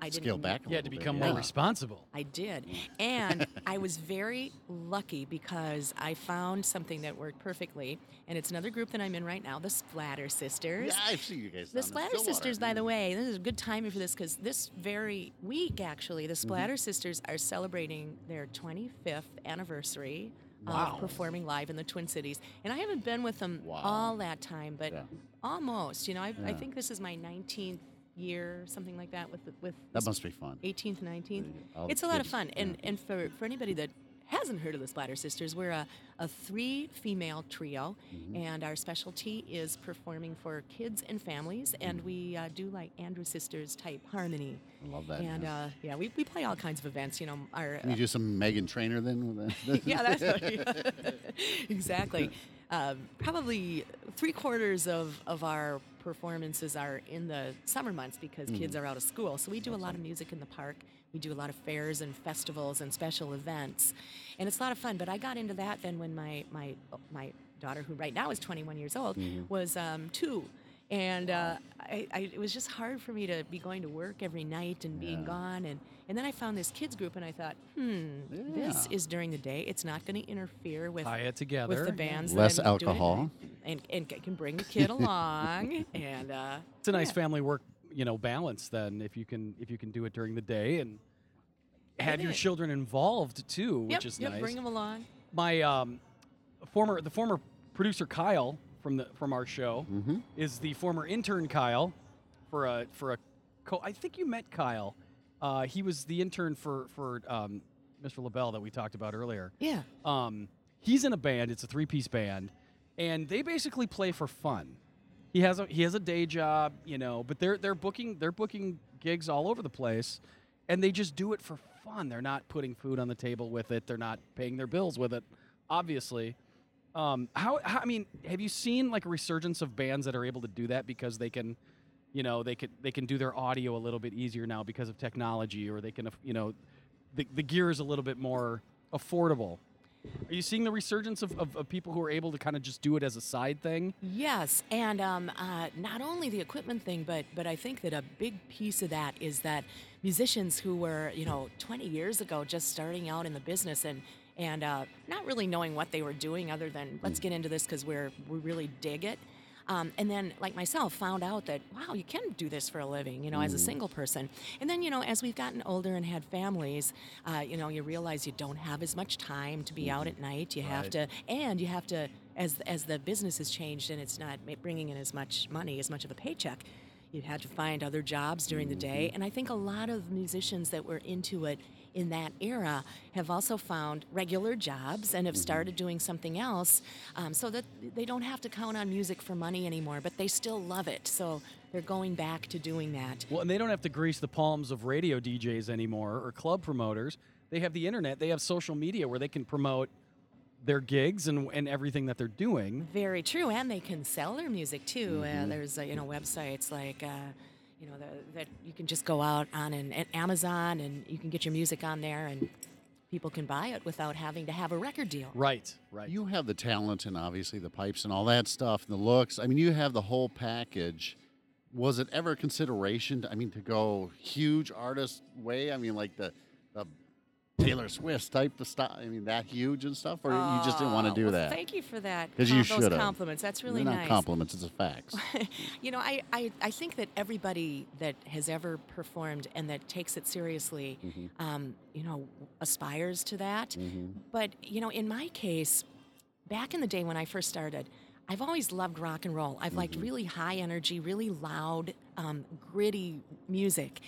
I didn't
Scale back. A
You had to
little bit,
become
yeah.
more responsible.
I did.
Mm.
And I was very lucky because I found something that worked perfectly. And it's another group that I'm in right now, the Splatter Sisters.
Yeah, I've seen you guys.
The
down in
Splatter
Stillwater. Mm.
Sisters, by the way, this is a good timing for this because this very week, actually,
Mm-hmm.
the Splatter Sisters are celebrating their 25th anniversary of performing live in the Twin Cities. And I haven't been with them
Wow.
all that time, but
Yeah.
almost. You know, I, I think this is my 19th year, something like that, with the, with the
That must be fun.
18th, 19th.
All the
It's a lot of
kids,
fun. And and for, for anybody that hasn't heard of the Splatter Sisters, we're a, a three female trio,
Mm-hmm.
and our specialty is performing for kids and families. And we uh, do like Andrew Sisters type harmony.
I love that.
and
yeah.
uh, yeah, we, we play all kinds of events. You know, our uh,
Can you do some Megan Trainer then? with that?
yeah, that's what- exactly. Um, probably three quarters of, of our performances are in the summer months because kids are out of school. So we do a lot of music in the park. We do a lot of fairs and festivals and special events, and it's a lot of fun. But I got into that then when my my my daughter, who right now is 21 years old, was um, two. And uh, I, I, it was just hard for me to be going to work every night and being gone. And, and then I found this kids group, and I thought, hmm, this
Yeah.
is during the day. It's not going to interfere with
Tie it together.
with the bands.
Less
that I'm doing at
alcohol.
night. and and c- can bring the kid along, and uh,
It's a nice family work, you know, balance then if you can if you can do it during the day and have your
is.
children involved too,
yep,
which is
yep,
nice.
bring them along.
My um, former the former producer Kyle from the from our show
Mm-hmm.
is the former intern Kyle for a for a co I think you met Kyle. Uh, he was the intern for for um, Mr. LaBelle that we talked about earlier.
Yeah.
um, he's in a band. It's a three piece band, and they basically play for fun. He has a he has a day job, you know, but they're they're booking they're booking gigs all over the place, and they just do it for fun. They're not putting food on the table with it. They're not paying their bills with it, obviously. Um, how, how I mean, have you seen like a resurgence of bands that are able to do that because they can, you know, they could they can do their audio a little bit easier now because of technology, or they can, aff- you know, the the gear is a little bit more affordable. Are you seeing the resurgence of, of, of people who are able to kind of just do it as a side thing?
Yes, and um, uh, not only the equipment thing, but but I think that a big piece of that is that musicians who were you know 20 years ago just starting out in the business and and uh, not really knowing what they were doing other than let's get into this because we're we really dig it. Um, and then, like myself, found out that wow, you can do this for a living, you know, as a single person. And then, you know, as we've gotten older and had families, uh, you know, you realize you don't have as much time to be out at night. You have to, and you have to, as as the business has changed and it's not ma- bringing in as much money, as much of a paycheck. You had to find other jobs during the day, and I think a lot of musicians that were into it in that era have also found regular jobs and have started doing something else um, so that they don't have to count on music for money anymore, but they still love it. So they're going back to doing that.
Well, and they don't have to grease the palms of radio DJs anymore or club promoters. They have the internet, they have social media where they can promote their gigs and, and everything that they're doing.
Very true, and they can sell their music too. Uh, there's uh, you know websites like. Uh, you know the, that you can just go out on an, an Amazon and you can get your music on there and people can buy it without having to have a record deal.
Right, right.
You have the talent and obviously the pipes and all that stuff and the looks. I mean, you have the whole package. Was it ever a consideration? To, I mean, to go huge artist way. I mean, like the, the Taylor Swift type of stuff. I mean, that huge and stuff. Or you just didn't want
Oh,
to do
well,
that
Thank you for that.
because you
com- those
should have.
compliments. That's really
They're
nice.
Not compliments. It's a facts.
you know, I, I, I think that everybody that has ever performed and that takes it seriously,
Mm-hmm.
um, you know, aspires to that. But, you know, in my case, back in the day when I first started, I've always loved rock and roll. I've
Mm-hmm.
liked really high energy, really loud, um, gritty music.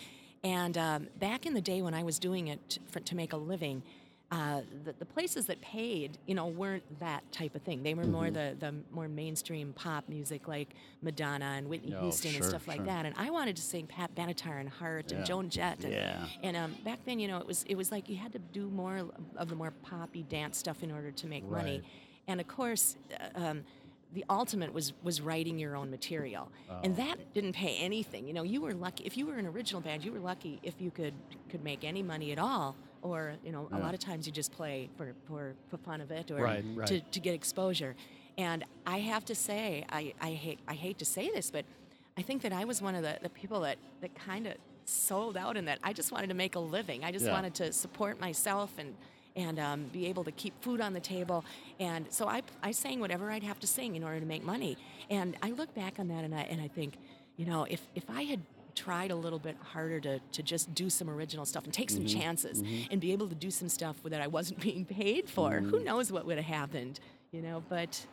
And um, back in the day when I was doing it t- for, to make a living, uh, the, the places that paid, you know, weren't that type of thing. They were more the,
Mm-hmm.
the more mainstream pop music, like Madonna and Whitney
Oh,
Houston and
sure,
stuff like
sure.
that. And I wanted to sing Pat Benatar and Hart and
Yeah.
Joan Jett. And,
Yeah.
and um, back then, you know, it was it was like you had to do more l- of the more poppy dance stuff in order to make money.
Right.
And of course, uh, um, the ultimate was was writing your own material,
Oh.
and that didn't pay anything. You know, you were lucky if you were an original band. You were lucky if you could could make any money at all. Or you know, a lot of times you just play for for, for fun of it, or
Right,
to
right.
to get exposure. And I have to say, I, I hate I hate to say this, but I think that I was one of the, the people that, that kind of sold out in that I just wanted to make a living. I just
Yeah.
wanted to support myself and and um, be able to keep food on the table. And so I, I sang whatever I'd have to sing in order to make money. And I look back on that and I, and I think, you know, if, if I had tried a little bit harder to, to just do some original stuff and take some chances and be able to do some stuff that I wasn't being paid for, who knows what would have happened, you know, but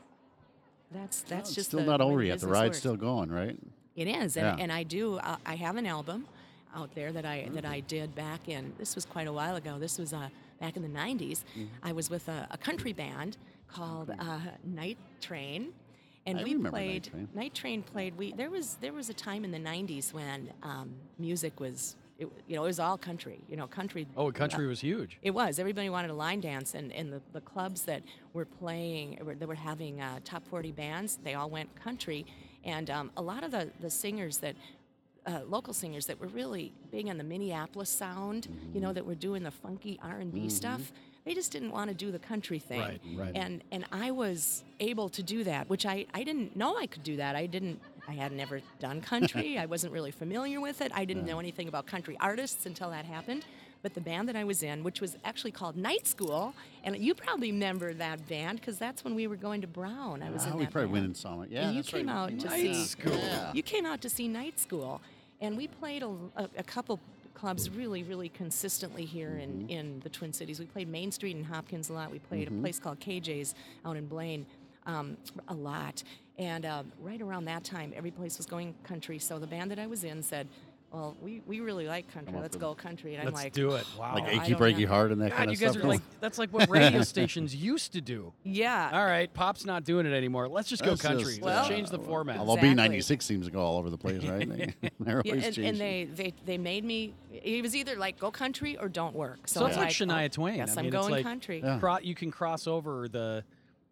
that's, that's
It's
just
still
the-
not
the way
over yet. The
business
ride's
works.
still going, right?
It is, and,
Yeah. Mm-hmm.
and I do. Uh, I have an album out there that I that I did back in. This was quite a while ago. This was uh, back in the '90s.
Mm-hmm.
I was with a, a country band called uh, Night Train, and
I
we
remember Night
played.
Train.
played. We there was there was a time in the '90s when um, music was. It, you know, it was all country. You know, country.
Oh, country was huge.
It was. Everybody wanted a line dance, and, and the, the clubs that were playing, were- that were having uh, top 40 bands, they all went country. And um, a lot of the, the singers that, uh, local singers that were really big on the Minneapolis sound, you
Mm-hmm.
know, that were doing the funky R&B stuff, they just didn't want to do the country thing.
Right, right.
And, and I was able to do that, which I, I didn't know I could do that. I didn't, I had never done country. I wasn't really familiar with it. I didn't know anything about country artists until that happened. But the band that I was in, which was actually called Night School, and you probably remember that band because that's when we were going to Brown. I was
Ah,
in
we
that
probably went
band.
and saw it. Yeah,
you
that's right,
came
we
out to
Night
see.
School.
Yeah.
You came out to see Night School, and we played a, a, a couple clubs really, really consistently here
Mm-hmm.
in, in the Twin Cities. We played Main Street in Hopkins a lot. We played a place called KJ's out in Blaine um, a uh, lot. And um, right around that time, every place was going country. So the band that I was in said, well, we, we really like country.
up
Let's
with-
go country. And I'm
Let's
like,
do it. Wow.
Like
I
achy
don't
breaky
know.
heart and that
God,
kind
you
of
guys
stuff.
are like that's like what radio stations used to do.
yeah.
All right, pop's not doing it anymore. Let's just go
That's
country.
just,
Well-
Let's change the
uh,
format.
Although
Exactly.
B96 seems to go all over the place, right? They- They're
Yeah,
always
and, and
changing.
they, they, they made me. It was either like go country or don't work. So,
So
I'm
it's like
oh,
Shania Twain.
Yes,
I
am
mean, it's
going
like-
country.
Yeah.
Cro- you can cross over the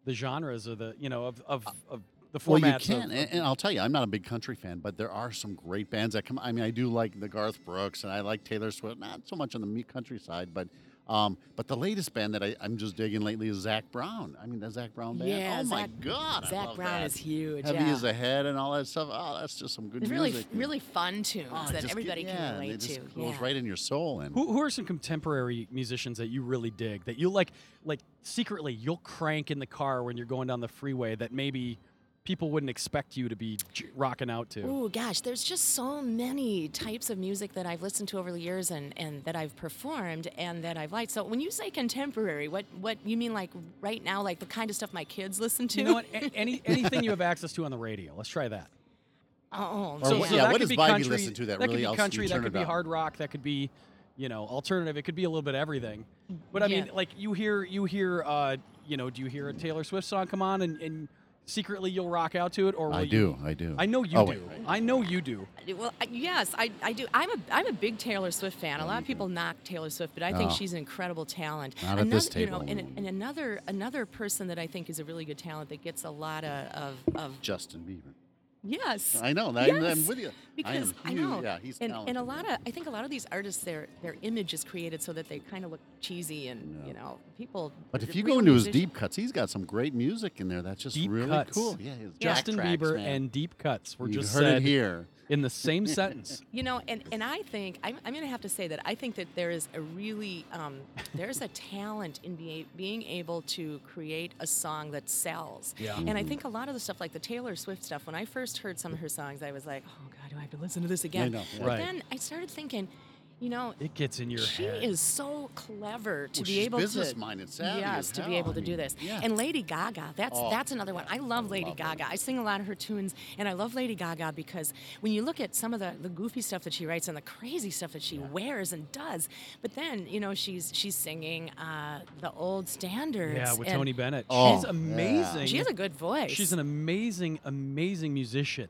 the genres or the you know of of, of the
well,
formats.
you eh,
of-
can,
of-
and, and I'll tell you, I'm not a big country fan, but there are some great bands that come. I mean, I do like the Garth Brooks, and I like Taylor Swift. Not so much on the me- country side, but um, but the latest band that I, I'm just digging lately is Zach Brown. I mean, the Zach Brown band.
Yeah,
oh my
Zac-
God, I
Zach
love
Brown
that.
is huge.
Heavy
yeah.
as a head and all that stuff. Oh, that's just some good
It's really,
music.
really fun tunes
Oh, it
that
just get-
everybody
yeah,
can
and
relate
it just
to.
Goes
yeah.
right in your soul, and
Who, who are some contemporary musicians that you really dig that you like like secretly you'll crank in the car when you're going down the freeway that maybe people wouldn't expect you to be j- rocking out to.
Oh gosh, there's just so many types of music that I've listened to over the years and, and that I've performed and that I've liked. So when you say contemporary, what what you mean like right now, like the kind of stuff my kids listen to?
You know what? A- any anything you have access to on the radio. Let's try that.
Oh,
Or
yeah.
what- yeah,
that
what
could
does
be
Bybee
country-
listen to that
could
really
be
else you
country, that
turn
could
it
be
down?
hard rock, that could be, you know, alternative. It could be a little bit of everything. But I mean,
Yeah.
like you hear, you hear, uh, you know, do you hear a Taylor Swift song come on and, and secretly you'll rock out to it, or will
I
you-
do, I do.
I know you
Oh,
do.
wait, right.
I know you do.
Well, I- yes, I, I do. I'm a I'm a big Taylor Swift fan. A lot of people knock Taylor Swift, but I think
Oh.
she's an incredible talent.
Not at this
Another- You know,
table.
and, and another another person that I think is a really good talent that gets a lot of of, of
Justin Bieber.
yes.
I know. I'm, I'm
Yes,
with you.
because
I,
I,
am huge-
know,
Yeah, he's
and,
talented.
and a lot of I think a lot of these artists their their image is created so that they kind of look cheesy and you know people.
But if you
real
go into his
musicians-
deep cuts, he's got some great music in there. That's just
Deep
really
cuts.
cool. Yeah, his Jack
Justin
tracks,
Bieber
man.
and deep cuts were
you
just
heard
said
it here.
in the same sentence.
You know, and, and I think I'm, I'm going to have to say that I think that there is a really um, there's a talent in be, being able to create a song that sells.
Yeah.
And I
Mm-hmm.
think a lot of the stuff like the Taylor Swift stuff. When I first heard some of her songs, I was like, oh god, do I have to listen to this again?
know,
But
right.
then I started thinking, you know,
It gets in your
she
head.
is so clever to
Well,
be
she's
able to
business-minded, savvy
yes
as
to be
hell.
able
I
to do
mean,
this
yeah.
and lady gaga that's
Oh,
that's another one i love lady
love her.
gaga i sing a lot of her tunes and i love lady gaga because when you look at some of the, the goofy stuff that she writes and the crazy stuff that she wears and does but then you know she's she's singing uh, the old standards
yeah, with
and
Tony Bennett.
Oh,
She's
yeah.
amazing.
she has a good voice
She's an amazing, amazing musician.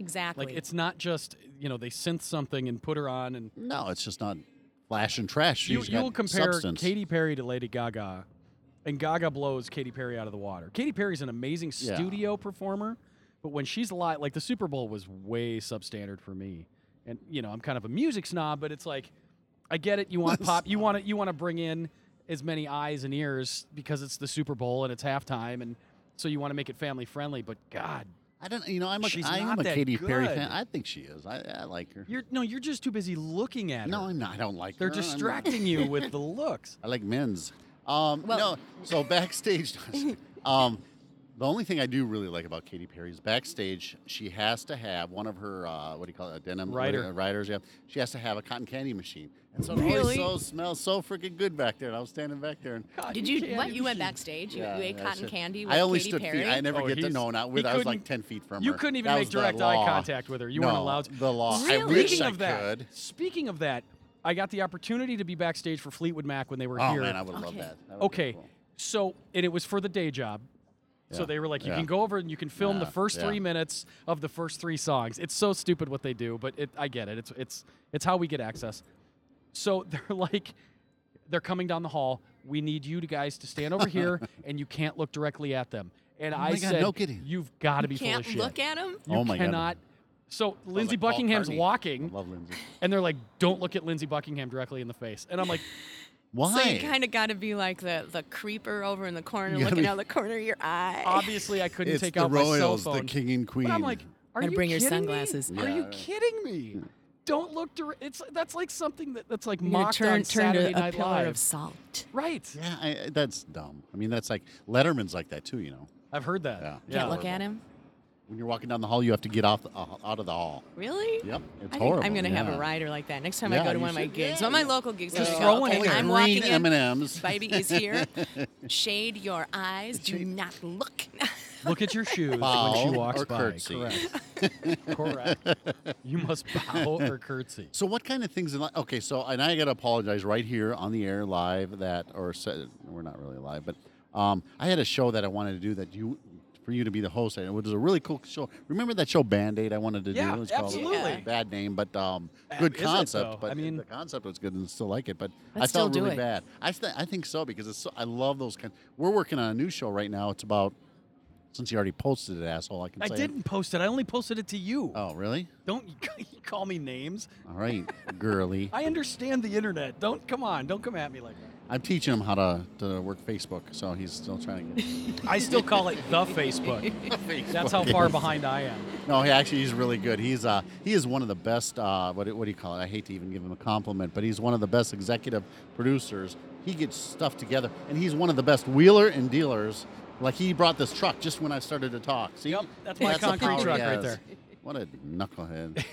exactly
Like it's not just you know they synth something and put her on and
No, it's just not flash and trash.
you,
She's got
you'll compare
substance.
Katy Perry to Lady Gaga, and Gaga blows Katy Perry out of the water. Katy Perry's an amazing
Yeah.
studio performer, but when she's live, like the Super Bowl was way substandard for me. And you know, I'm kind of a music snob, but it's like, I get it. You want pop. You want to you want to bring in as many eyes and ears because it's the Super Bowl and it's halftime, and so you want to make it family friendly. But God,
I don't. You know, I'm a,
She's
I
not
am a
that
Katy Perry
good.
fan. I think she is. I, I like her.
you're no, you're just too busy looking at her.
no, I'm not. I don't like
They're
her. I'm not.
distracting you with the looks.
I like men's. Um,
Well-
no, so backstage. um, the only thing I do really like about Katy Perry is backstage. She has to have one of her uh, what do you call it, a denim
Rider.
uh, riders. Yeah, she has to have a cotton candy machine, and so it
Really?
always so smells so freaking good back there. And I was standing back there, and
did you what you went backstage you,
Yeah,
you ate
that's
cotton
it.
candy with
I only
Katy
stood
Perry?
feet. I never
Oh,
get to
he's-
know. Not
he
with. I was like
couldn't-
ten feet from
You
her.
couldn't even
That
make
was the
direct
law.
eye contact with her. You weren't
No,
allowed. to.
The law. I
Really?
wish
Speaking
I
of that,
could.
speaking of that, I got the opportunity to be backstage for Fleetwood Mac when they were
Oh
here.
man, I would love
Okay.
that. That would be
okay,
cool.
so and it was for the day job. So
Yeah,
they were like, you
yeah.
can go over and you can film the
Yeah,
first
yeah.
three minutes of the first three songs. It's so stupid what they do, but it, I get it. It's it's it's how we get access. So they're like, they're coming down the hall. We need you to guys to stand over here, and you can't look directly at them. And I
Oh my God,
said,
no kidding.
you've got to be full
can't
of shit.
look at him
You
Oh my God.
cannot. So
I was
Lindsey
like Paul
Buckingham's
Cartney. I
walking,
love Lindsay.
and they're like, "Don't look at Lindsey Buckingham directly in the face." And I'm like,
Why?
So you kind of got to be like the, the creeper over in the corner
You gotta
looking
be-
out the corner of your eye.
"Obviously, I couldn't
it's
take
the
out my cell
royals,
phone."
the king and queen.
but I'm like, "Are
Gotta
you
bring your
kidding me?
sunglasses.
Are you
Yeah.
kidding me? Don't look direct. It's that's like something that, that's like
You're gonna
mocked
turn
on
turn
Saturday
to a
Night
pillar
Live,
of salt.
right?
yeah, I, I- that's dumb. I mean, that's like Letterman's like that too. You know,
I've heard that.
Yeah.
Can't
Yeah.
look at him.
when you're walking down the hall, you have to get off the, uh, out of the hall.
Really?
Yep, it's
I think
horrible.
I'm gonna have
yeah.
a rider like that next time I
Yeah,
go to
you
one of my
should-
gigs. One
yeah,
of my
yeah.
local gigs.
Just
I'm
throw
go,
in
okay,
there.
I'm
green
walking
M
in.
and M's.
Baby is here. Shade your eyes. Do not look.
Look at your shoes when
Bow
she walks
or
by.
curtsy.
Correct. Correct. You must bow or curtsy.
So what kind of things? In li- okay, so and I gotta apologize right here on the air live that or se- we're not really live, but um, I had a show that I wanted to do that you for you to be the host, and it was a really cool show. Remember that show Band Aid I wanted to
Yeah,
do? It was
absolutely.
Called, bad name, but um,
Uh,
good
is it,
concept.
though?
but
I mean-
the concept was good and still like it, but I
Let's still
felt
do
really
it.
bad. I th- I think so because it's so, I love those kind. We're working on a new show right now. It's about since you already posted it, asshole. I can.
I
say it.
didn't post it. I only posted it to you.
Oh really?
Don't you call me names.
All right, girly.
I understand the internet. Don't come on. Don't come at me like that.
I'm teaching him how to, to work Facebook, so he's still trying to get.
I still call it the Facebook. That's how far behind I am.
No, he actually he's really good. He's uh he is one of the best. Uh, what do- what do you call it? I hate to even give him a compliment, but he's one of the best executive producers. He gets stuff together, and he's one of the best wheeler and dealers. Like he brought this truck just when I started to talk. See,
Yep, that's my
the
concrete
power he
truck right
has.
there.
What a knucklehead!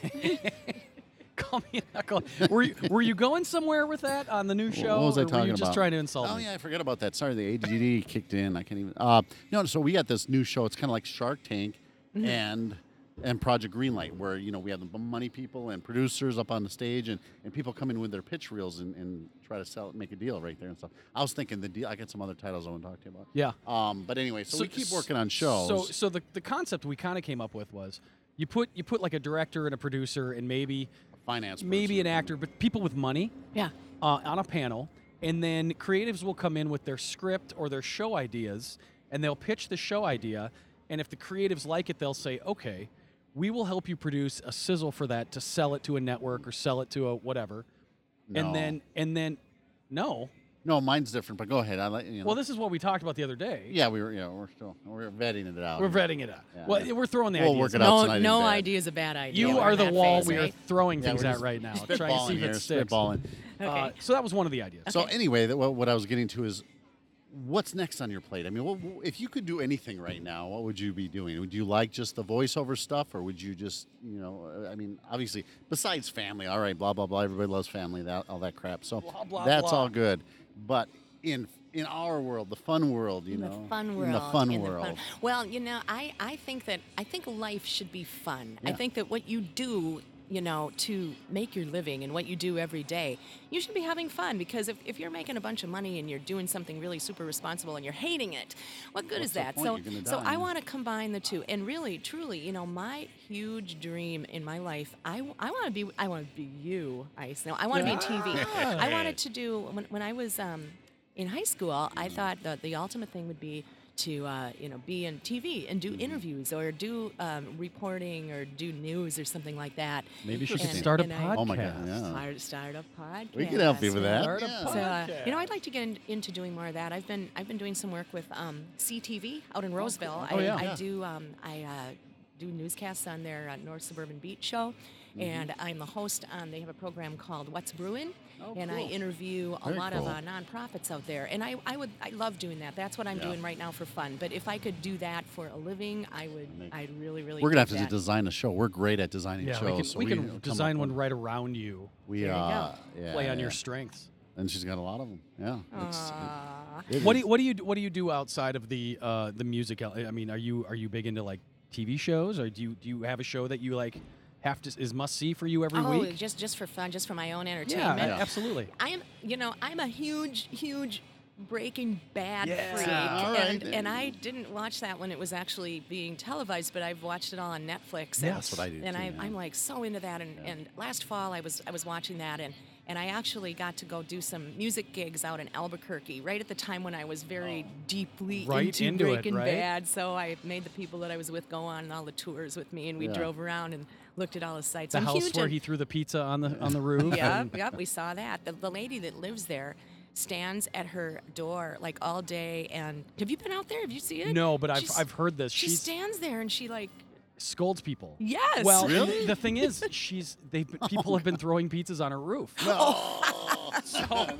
Call me a knucklehead. Were you, were you going somewhere with that on the new show?
What was I
or
talking
were you
about?
just trying to insult
Oh
me?
yeah, I forgot about that. Sorry, the ADD kicked in. I can't even. Uh, no, so we got this new show. It's kind of like Shark Tank, and and Project Greenlight, where you know we have the money people and producers up on the stage, and, and people come in with their pitch reels and, and try to sell, make a deal right there and stuff. I was thinking the deal. I got some other titles I want to talk to you about.
Yeah.
Um, but anyway, so, we keep working on shows.
So, so the, the concept we kind of came up with was you put you put like a director and a producer and maybe
finance,
maybe an
person.
actor, but people with money
Yeah.
uh, on a panel, and then creatives will come in with their script or their show ideas, and they'll pitch the show idea, and if the creatives like it, they'll say, okay, we will help you produce a sizzle for that to sell it to a network or sell it to a whatever,
No.
and then and then no.
No, mine's different. But go ahead. I like. You know,
Well, this is what we talked about the other day.
yeah, we were. Yeah, we're still we're vetting it out.
We're vetting it out.
Yeah.
Well, we're throwing the
We'll
ideas
work it
out.
out
No,
tonight in
no
bed.
idea is a bad idea.
You
We're
are
in
the
that
wall
phase,
we are
right?
throwing
Yeah,
things
we're
at
just
right now, trying to
spitballing
see if
here,
it sticks.
spitballing.
Uh, so that was one of the ideas.
So anyway, that, what, what I was getting to is, what's next on your plate? I mean, what, what- if you could do anything right now, what would you be doing? Would you like just the voiceover stuff, or would you just, you know, uh, I mean, obviously, besides family, all right, blah blah blah. Everybody loves family, that all that crap. So
Blah, blah,
that's
blah.
all good. But in in our world, the fun world, you
In the
know,
fun world.
in the fun
in the
world.
Well, you know, I, I think that I think life should be fun. I
Yeah.
think that what you do, you know, to make your living and what you do every day, you should be having fun because if, if you're making a bunch of money and you're doing something really super responsible and you're hating it, what good is
What's the
that?
point?
So
You're gonna
so
die.
I want to combine the two. And really, truly, you know, my huge dream in my life, I, I want to be I want to be you, Ice. No, I want to be TV. I wanted to do when, when I was um, in high school. I thought that the ultimate thing would be to uh, you know be in TV and do
Mm-hmm.
interviews or do um, reporting or do news or something like that.
Maybe she
And-
should
start a
and
podcast.
I-
Oh my God, yeah.
Start, start a podcast.
We could help you with
yeah.
that.
Start a
Yeah.
So, uh, you know,
podcast.
I'd like to get in, into doing more of that. I've been I've been doing some work with um, CTV out in Roseville.
Oh,
I,
yeah.
I
Yeah.
do um, I uh, do newscasts on their uh, North Suburban Beat show,
Mm-hmm.
and I'm the host on. They have a program called What's Brewing, and I interview a
Oh, Very
lot of
cool.
uh, nonprofits out there. And I, I would I love doing that. That's what I'm
Yeah.
doing right now for fun. But if I could do that for a living, I would. I'd really really.
We're gonna have
do
to
that.
design a show. We're great at designing
Yeah,
shows.
we can,
so
we can
come up
design
with-
one right around you.
We
There you go.
uh, yeah,
play on
yeah.
your strengths.
and she's got a lot of them. Yeah. It's-
Aw.
it
What do
is-
you, what do you what do you do outside of the uh, the music? el- I mean, are you are you big into like TV shows, or do you do you have a show that you like have to is must see for you every
Oh,
week?
just just for fun, just for my own
Yeah,
entertainment.
uh, Yeah.
absolutely.
I am, you know, I'm a huge, huge Breaking Bad
Yeah.
freak,
All right,
and
then.
and I didn't watch that when it was actually being televised, but I've watched it all on Netflix.
Yeah,
and-
That's what I do.
and
too,
I,
yeah.
I'm like so into that. And, and last fall, I was I was watching that, and and I actually got to go do some music gigs out in Albuquerque, right at the time when I was very deeply
Right
into,
into it,
Breaking
right?
Bad. So I made the people that I was with go on all the tours with me, and we
Yeah.
drove around and looked at all the sites.
The
I'm
house
huge
where
in-
he threw the pizza on the on the roof.
Yep, yep, we saw that. The, the lady that lives there stands at her door like all day. And have you been out there? Have you seen it?
No, but I've
She's-
I've heard this.
She
She's-
stands there and she like
scolds people.
Yes. Oh,
Well, and
Really?
the thing is, she's they've been- people have been throwing pizzas on her roof.
Oh,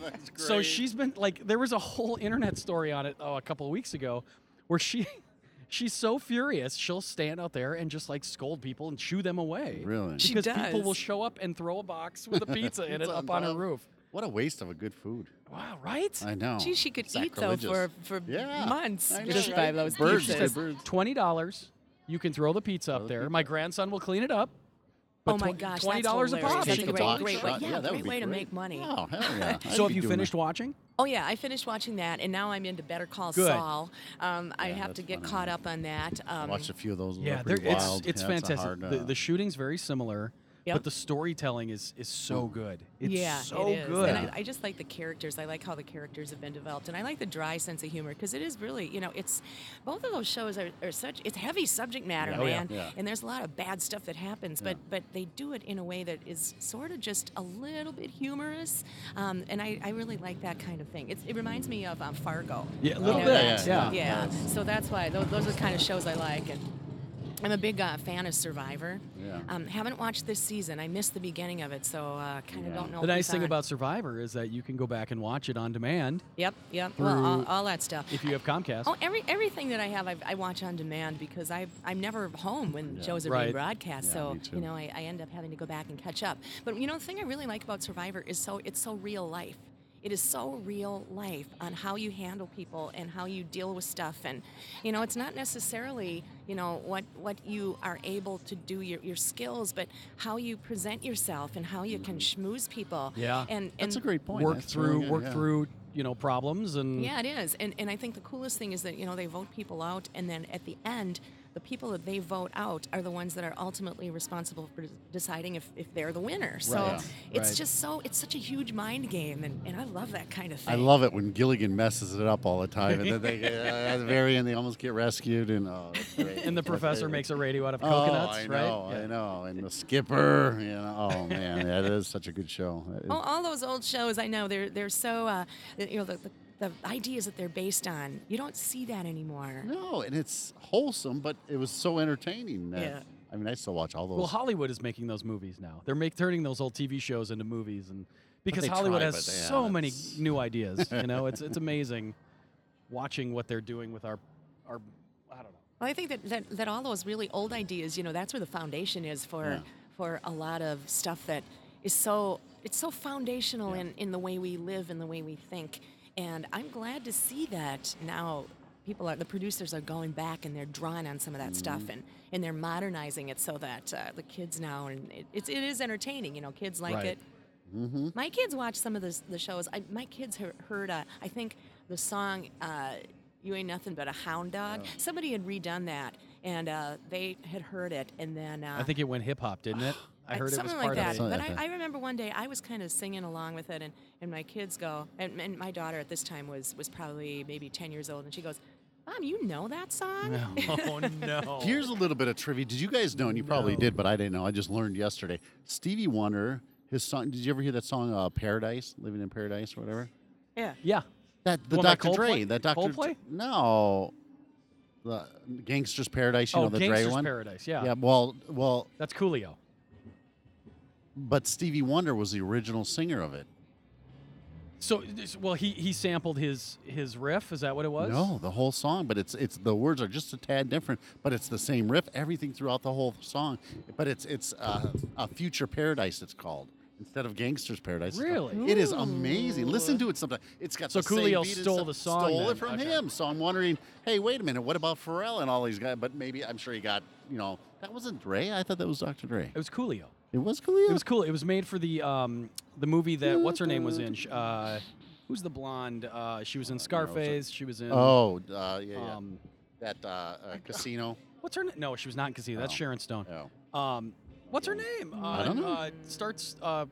that's great.
So she's been like, there was a whole internet story on it oh, a couple of weeks ago, where she, she's so furious, she'll stand out there and just like scold people and shoo them away.
Really?
Because
She
people will
does.
show up and throw a box with a pizza in it
Pizza on
up on her
top.
roof.
What a waste of a good food.
Wow, right?
I know.
Gee, she could eat though for
Sacrilegious.
for
Yeah,
months.
I know,
Just
right?
by those
birds.
pieces.
the birds.
Twenty dollars. You can throw the pizza
Throw
up
the
there. My grandson will clean it up.
Oh
but
my
tw-
gosh,
twenty
that's
dollars a
hilarious.
pop.
That's
Take
a
a
great,
box
great,
shot.
yeah,
Yeah, that
great
would be
way to
great.
make money.
Oh, hell yeah. I'd
So have
be
you
doing
finished watching?
Oh yeah, I finished watching that, and now I'm into Better Call
Good.
Saul. Um, I
Yeah,
have to
that's
get
funny.
caught up on that. Um,
that. Watched a few of those.
Yeah,
They're pretty
they're- it's
wild.
it's
Yeah, a
fantastic.
hard,
the,
uh,
the shooting's very similar,
Yep.
but the storytelling is is so good. It's
yeah,
so
it is.
good.
And I, I just like the characters. I like how the characters have been developed, and I like the dry sense of humor because it is really, you know, it's both of those shows are, are such it's heavy subject matter,
Yeah. Oh, yeah.
man.
Yeah.
And there's a lot of bad stuff that happens, but but they do it in a way that is sort of just a little bit humorous, um, and I, I really like that kind of thing. It's, it reminds me of um, Fargo.
yeah, a
You
little
know,
bit.
that-
yeah.
yeah,
yeah.
Yes.
So that's why those, those are the kind of shows I like, and I'm a big uh, fan of Survivor.
Yeah.
Um, haven't watched this season. I missed the beginning of it, so uh, kind of
Yeah.
don't know.
The
if
nice
it's
thing
on.
about Survivor is that you can go back and watch it on demand
Yep, yep. Well, all,
through-
all that stuff.
if you have Comcast.
Oh, every everything that I have, I've, I watch on demand because I I'm never home when shows are
Right.
being broadcast.
Yeah,
so
me too.
you know, I, I end up having to go back and catch up. But you know, the thing I really like about Survivor is so it's so real life. It is so real life on how you handle people and how you deal with stuff, and you know, it's not necessarily you know what what you are able to do your, your skills, but how you present yourself and how you can schmooze people.
Yeah.
and, and
Mm-hmm. That's a great point.
work
That's really
through
good,
work
yeah.
through you know problems and
Mm.
Yeah, it is. And and I think the coolest thing is that, you know, they vote people out and then at the end, the people that they vote out are the ones that are ultimately responsible for deciding if, if they're the winner. So
Right.
it's
Right.
just so it's such a huge mind game and, and I love that kind of thing.
I love it when Gilligan messes it up all the time, and then they uh, at the very end they almost get rescued, and oh, it's great.
and the
It's my
professor
favorite.
makes a radio out of
oh,
coconuts,
I
right?
know,
Yeah.
I know, and the skipper, you know, oh man, that is such a good show. That is-
Oh.
all, all those old shows I know they're they're so uh, you know the, the the ideas that they're based on. You don't see that anymore.
No, and it's wholesome, but it was so entertaining. That,
Yeah.
I mean, I still watch all those.
Well, Hollywood is making those movies now. They're make, turning those old TV shows into movies, and because
they
Hollywood
try,
has
but yeah,
so many
that's-
new ideas, you know, it's it's amazing watching what they're doing with our our I don't know.
Well, I think that, that, that all those really old ideas, you know, that's where the foundation is for
Yeah.
for a lot of stuff that is so it's so foundational in, in the way we live and the way we think. And I'm glad to see that now people are the producers are going back and they're drawing on some of that stuff and, and they're modernizing it so that uh, the kids now and it, it's it is entertaining. You know, kids like
Right.
it.
Mm-hmm.
My kids watch some of the, the shows. I, my kids he- heard, uh, I think, the song uh, You Ain't Nothing But a Hound Dog.
Oh.
Somebody had redone that, and uh, they had heard it, and then. Uh,
I think it went hip hop, didn't it? I
uh,
heard it was
something like
part
that.
of
Something
it.
But
like
I,
that.
I remember one day I was kind of singing along with it, and, and my kids go, and, and my daughter at this time was, was probably maybe 10 years old, and she goes, Mom, you know that song?
oh no!
Here's a little bit of trivia. Did you guys know? And you probably did, but I didn't know. I just learned yesterday. Stevie Wonder, his song. Did you ever hear that song, uh, "Paradise," "Living in Paradise," or whatever?
Yeah.
yeah,
That the
one by
Dr. Dre.
Coldplay?
That Dr. Dre-
Coldplay?
No, the Gangster's Paradise. You
Oh,
know the Dre
Gangster's
one.
Paradise, yeah.
Yeah. Well, well,
that's Coolio.
but Stevie Wonder was the original singer of it.
So, this- well, he he sampled his his riff. Is that what it was?
No, the whole song, but it's it's the words are just a tad different, but it's the same riff, everything throughout the whole song. But it's it's uh, a future paradise. It's called instead of Gangster's Paradise. it's called-
Really?
it is amazing. Listen to it sometime. It's got
So
the same
Coolio
beat and
stole
stuff.
the song
Stole
then.
it from
Okay.
him. So I'm wondering, hey, wait a minute, what about Pharrell and all these guys? But maybe I'm sure he got you know that wasn't Dre. I thought that was Dr. Dre.
it was Coolio.
It was Coolio.
It was cool. It was made for the um, the movie that what's her name was in. Sh- Uh, who's the blonde? Uh, she was in Scarface. She was in.
Oh, uh, yeah, yeah.
Um,
that uh, uh, casino.
what's her name? No, she was not in Casino. That's
Oh.
Sharon Stone.
Oh.
Um, what's her name? Uh,
I don't know.
Uh, starts. Uh,
All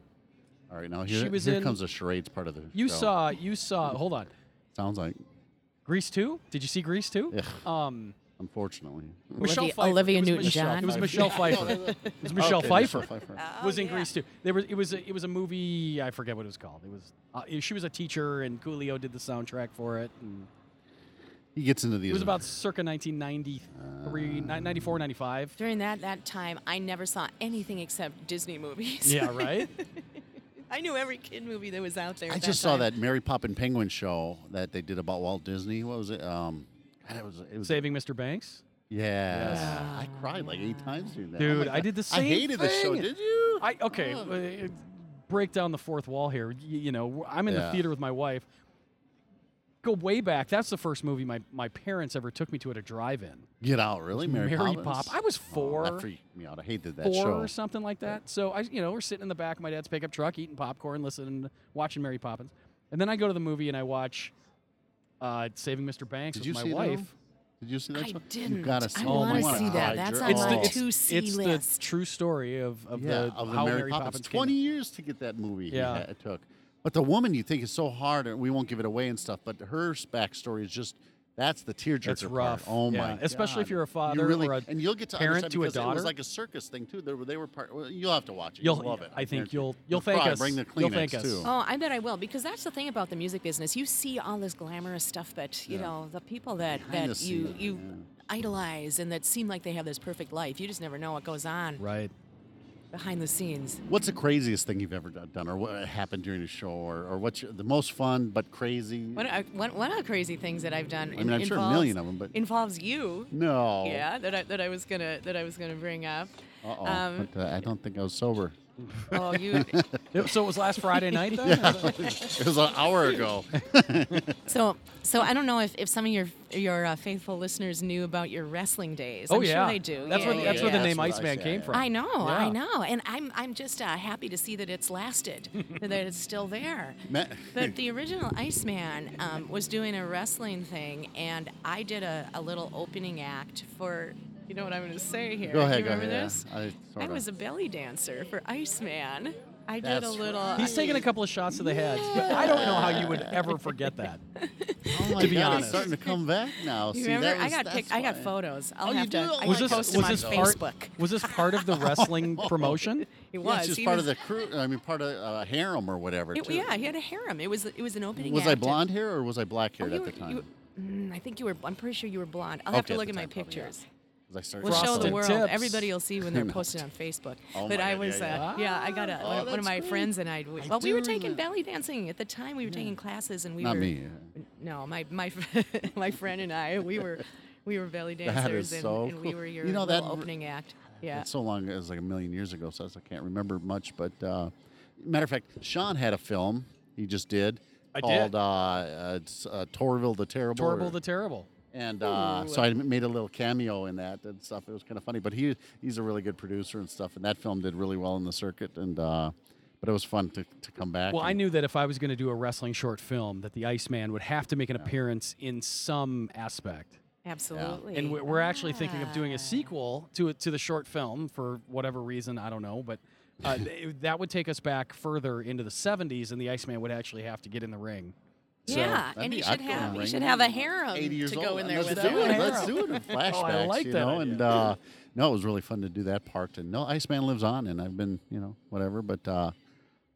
right, now here,
She was
here
in-
comes the charades part of the
you
show.
saw. You saw. Hold on.
Sounds like,
Grease two. Did you see Grease two?
Yeah.
Um,
unfortunately.
Michelle
Olivia-
Pfeiffer.
Olivia
It was
Newton-John?
Mich- It was Michelle Pfeiffer. It was Michelle
Okay,
Pfeiffer.
Oh,
was in
yeah.
Grease too. There was it was a, it was a movie I forget what it was called. It was uh, she was a teacher and Coolio did the soundtrack for it. And
He gets into these.
it was about circa 1993, ni- 94, 95.
During that, that time, I never saw anything except Disney movies.
Yeah, right.
I knew every kid movie that was out there.
I
at
just saw
time.
that Mary Poppin Penguin show that they did about Walt Disney. What was it? Um, God, it was. It was
Saving Mr. Banks.
Yes.
Yes.
I cried like eight times during that. Oh
Dude,
my
I
God.
did the
I
same
hated the show.
thing.
Did you?
I okay. uh, break down the fourth wall here. Y- you know, I'm in the
Yeah.
theater with my wife. Go way back. That's the first movie my, my parents ever took me to at a drive-in.
Get out, really, Mary,
Mary
Poppins?
Pop. I was
Oh,
four.
that freaked me out. I hated that
four
show.
or something like that. So I, you know, we're sitting in the back of my dad's pickup truck, eating popcorn, listening, watching Mary Poppins, and then I go to the movie and I watch uh, Saving Mr. Banks
Did
with
you
my
see that
wife.
one? Did you see that?
I
show?
didn't.
You gotta
I
see it.
wanna
You wanna
see that.
hide
That's
your
on
It's
my
the
eyes.
to two-
it's,
see
it's the
list.
true story of of
Oh. yeah,
the
of the
how
Mary Poppins.
came-
Twenty years to get that movie.
Yeah.
Yeah, it took. But the woman you think is so hard, and we won't give it away and stuff. But her backstory is just that's the tearjerker.
It's rough.
Part. Oh
Yeah,
my!
especially if
God.
you're a
You
father
really,
or a
and you'll get to
parent
understand
to a
because It
daughter.
was like a circus thing too. They were, they were part. Well, you'll have to watch it.
You'll-
love it.
I think
guarantee
you'll-
it.
you'll thank
cry.
us.
Bring the
You'll
Kleenex
thank us.
too.
Oh, I bet I will because that's the thing about the music business. You see all this glamorous stuff, but you know the people that
Behind
that
the
you
scene,
you
yeah.
idolize and that seem like they have this perfect life. You just never know what goes on
Right.
behind the scenes.
What's the craziest thing you've ever done, done or what happened during a show, or, or what's your, the most fun but crazy?
One of, one, one of the crazy things that I've done.
I mean, I'm sure a million of 'em, but-
involves you.
no.
Yeah, that I, that I was gonna that I was gonna bring up.
Uh-oh.
Um,
But, uh, I don't think I was sober.
Oh, you.
It- So it was last Friday night then.
it was an hour ago.
So, so I don't know if, if some of your your uh, faithful listeners knew about your wrestling days.
Oh
I'm
yeah,
sure they do.
That's
yeah,
where the,
yeah,
that's where the
yeah.
name
That's what I
Iceman
said,
came
yeah.
from.
I know, I
Yeah.
know, and I'm I'm just uh, happy to see that it's lasted, that it's still there.
Ma-
But the original Iceman um, was doing a wrestling thing, and I did a, a little opening act for. You know what I'm going to say here?
Go ahead,
You
go
remember
ahead,
this?
yeah. I
I
sorta-
was a belly dancer for Iceman. I did a
That's
little. uh,
He's taking a couple of shots to the head, but I don't know how you would ever forget that.
Oh my
to be
God,
honest.
it's starting to come back now.
You
See,
remember?
that was,
I got
that's
pic- I got
why.
photos. I'll
Oh, you
have to.
do?
I
Was
Oh,
might
this
post
was
them
this
on
part?
Facebook. Oh.
Was this part of the wrestling promotion?
It
Yeah,
was.
she was
He
part
was-
of the crew. I mean, part of uh, harem or whatever.
it-
too.
yeah, he had a harem. It was. It was an opening.
Was
act
I
and-
blonde hair or was I black
Oh,
haired
you
at the
were-
time?
you were- mm, I think you were. I'm pretty sure you were blonde. I'll have
Okay,
to
at
look
the
at my
time, probably, yeah.
pictures.
'Cause I started
We'll show the
Frosted
frosting.
world.
tips.
Everybody will see when they're
Who knows?
posted on Facebook.
Oh
but
my
I
God,
was,
yeah,
uh, yeah, I got a,
Oh,
one- one of
that's
my
great.
friends and I.
I
Well, we were
do
taking
remember.
belly dancing at the time. We were taking classes and we
Not
were.
me.
No, my my my friend and I. We were we were belly
That
dancers
is
and,
so
and we
cool.
were your
You know,
little
that r-
opening act. Yeah.
It's so long. It was like a million years ago, so I can't remember much. But uh, matter of fact, Sean had a film he just did
I did.
called Uh, uh, it's, uh, Torville the Terrible.
Torble
or-
the Terrible.
and uh,
Ooh.
so I m- made a little cameo in that and stuff. It was kind of funny, but he he's a really good producer and stuff. And that film did really well in the circuit, and uh, but it was fun to, to come back.
Well, I
and-
knew that if I was going to do a wrestling short film, that the Iceman would have to make an appearance in some aspect.
Absolutely.
And we- we're actually thinking of doing a sequel to it to the short film for whatever reason I don't know, but uh, th- that would take us back further into the '70s, and the Iceman would actually have to get in the ring.
so
yeah,
that'd
Uh, and
be-
you
I'd
should
go in the
have you
ring
should
when
have a
I'm
harem
80 years
to
old,
go in
and
there
let's
with
do it.
them.
Let's do it in flashbacks,
Oh, like
you
that
know.
idea.
And uh, no, it was really fun to do that part. And no, Iceman lives on, and I've been you know whatever, but. Uh,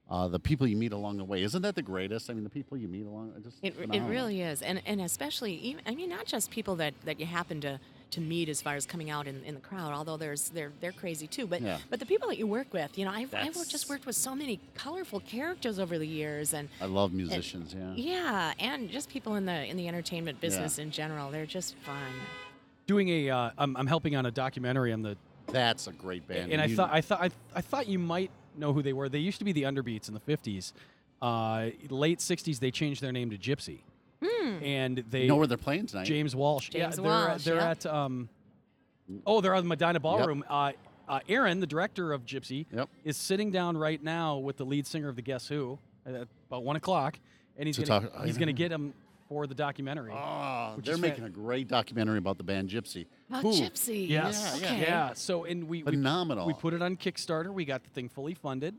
uh, the people you meet along the way isn't that the greatest? I mean, the people you meet along are just
It, it
phenomenal.
really is, and and especially even, I mean not just people that, that you happen to, to meet as far as coming out in, in the crowd, although there's they're they're crazy too. But
Yeah.
but the people that you work with, you know, I've, I've wor-
That's-
just worked with so many colorful characters over the years, and
I love musicians. Yeah,
yeah, and just people in the in the entertainment business in general, they're just fun.
Doing a, uh, I'm, I'm helping on a documentary on the,
that's a great band.
and, I
You-
thought I thought I, I thought you might know who they were. They used to be the Underbeats in the '50s. Uh, late '60s, they changed their name to Gypsy, and they
you know where they're playing tonight.
James Walsh.
Hmm. James
yeah,
Walsh,
They're, they're
yeah.
at. Um, oh, they're at the Medina Ballroom. Uh, uh, Aaron, the director of Gypsy,
Yep.
is sitting down right now with the lead singer of the Guess Who at about one o'clock, and he's
To
gonna,
talk- I
he's going to
know.
get him for the documentary.
Oh,
Which
they're
is
making
fan-
a great documentary about the band Gypsy.
About
Who-
Oh, Gypsy,
yes,
yeah,
okay.
yeah. So and we we-
Phenomenal.
We, put it on Kickstarter. We got the thing fully funded.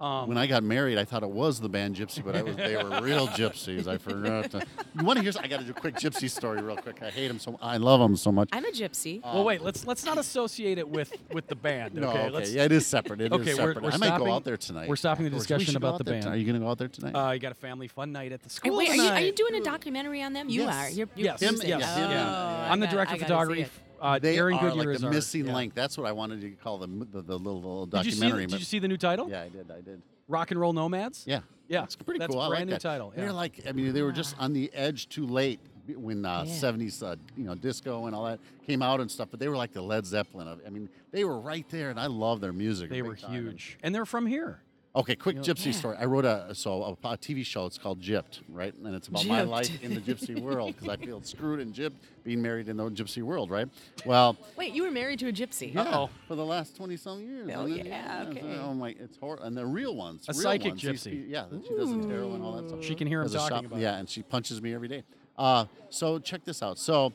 Um,
When I got married, I thought it was the band Gypsy, but I was, they were real gypsies. I forgot. To, you want to hear? s- I got to do a quick gypsy story, real quick. I hate them so. I love them so much.
I'm a gypsy.
well, wait. Let's let's not associate it with with the band.
Um, no, okay,
let's,
yeah, it is separate. It is
okay, we're-
separate.
we're
I might
stopping-
go out there tonight.
we're stopping the
afterwards. We
discussion
should go
about
out
the
there
band.
tonight. Are you going to go out there tonight?
Uh, you got a family fun night at the
And
school.
wait, are you, are
tonight.
you doing a documentary on them? You
Yes.
are. You're, you're
Yes,
Him-
producing it.
yes,
oh,
yeah.
I'm
I
the
got-
director
I gotta
of
see
photography.
it.
f- Uh,
they
Aaron
are
Goodyear
like
is
the
our-
missing
yeah.
link. That's what I wanted to call them. The, the little, little
Did you, see the,
documentary.
did
but-
you see the new title?
yeah, I did. I did.
Rock and Roll Nomads?
Yeah.
Yeah.
It's pretty
That's
cool. I
brand
like
new
that.
title.
They're
yeah.
like, I mean, they were just on the edge too late when uh,
Yeah.
70s, uh, you know, disco and all that came out and stuff, but they were like the Led Zeppelin of, I mean, they were right there and I love their music.
they
big
were
time.
huge. And they're from here.
Okay, quick gypsy story. I wrote a so a, po- a TV show. It's called Gypped, right? And it's about my
Gypped.
life in the gypsy world because I feel screwed and gypped being married in the gypsy world, right? Well,
Wait, you were married to a gypsy.
yeah,
Uh-oh.
for the last twenty some years.
Oh,
and then-
yeah,
so
okay.
I'm like, oh it's horrible. And the real ones,
A
real
psychic
ones, these
gypsy.
pe- yeah, that she does the tarot and all that stuff.
She can hear him
There's a
talking
shop-
about it.
Yeah, and she punches me every day. Uh, so check this out. So,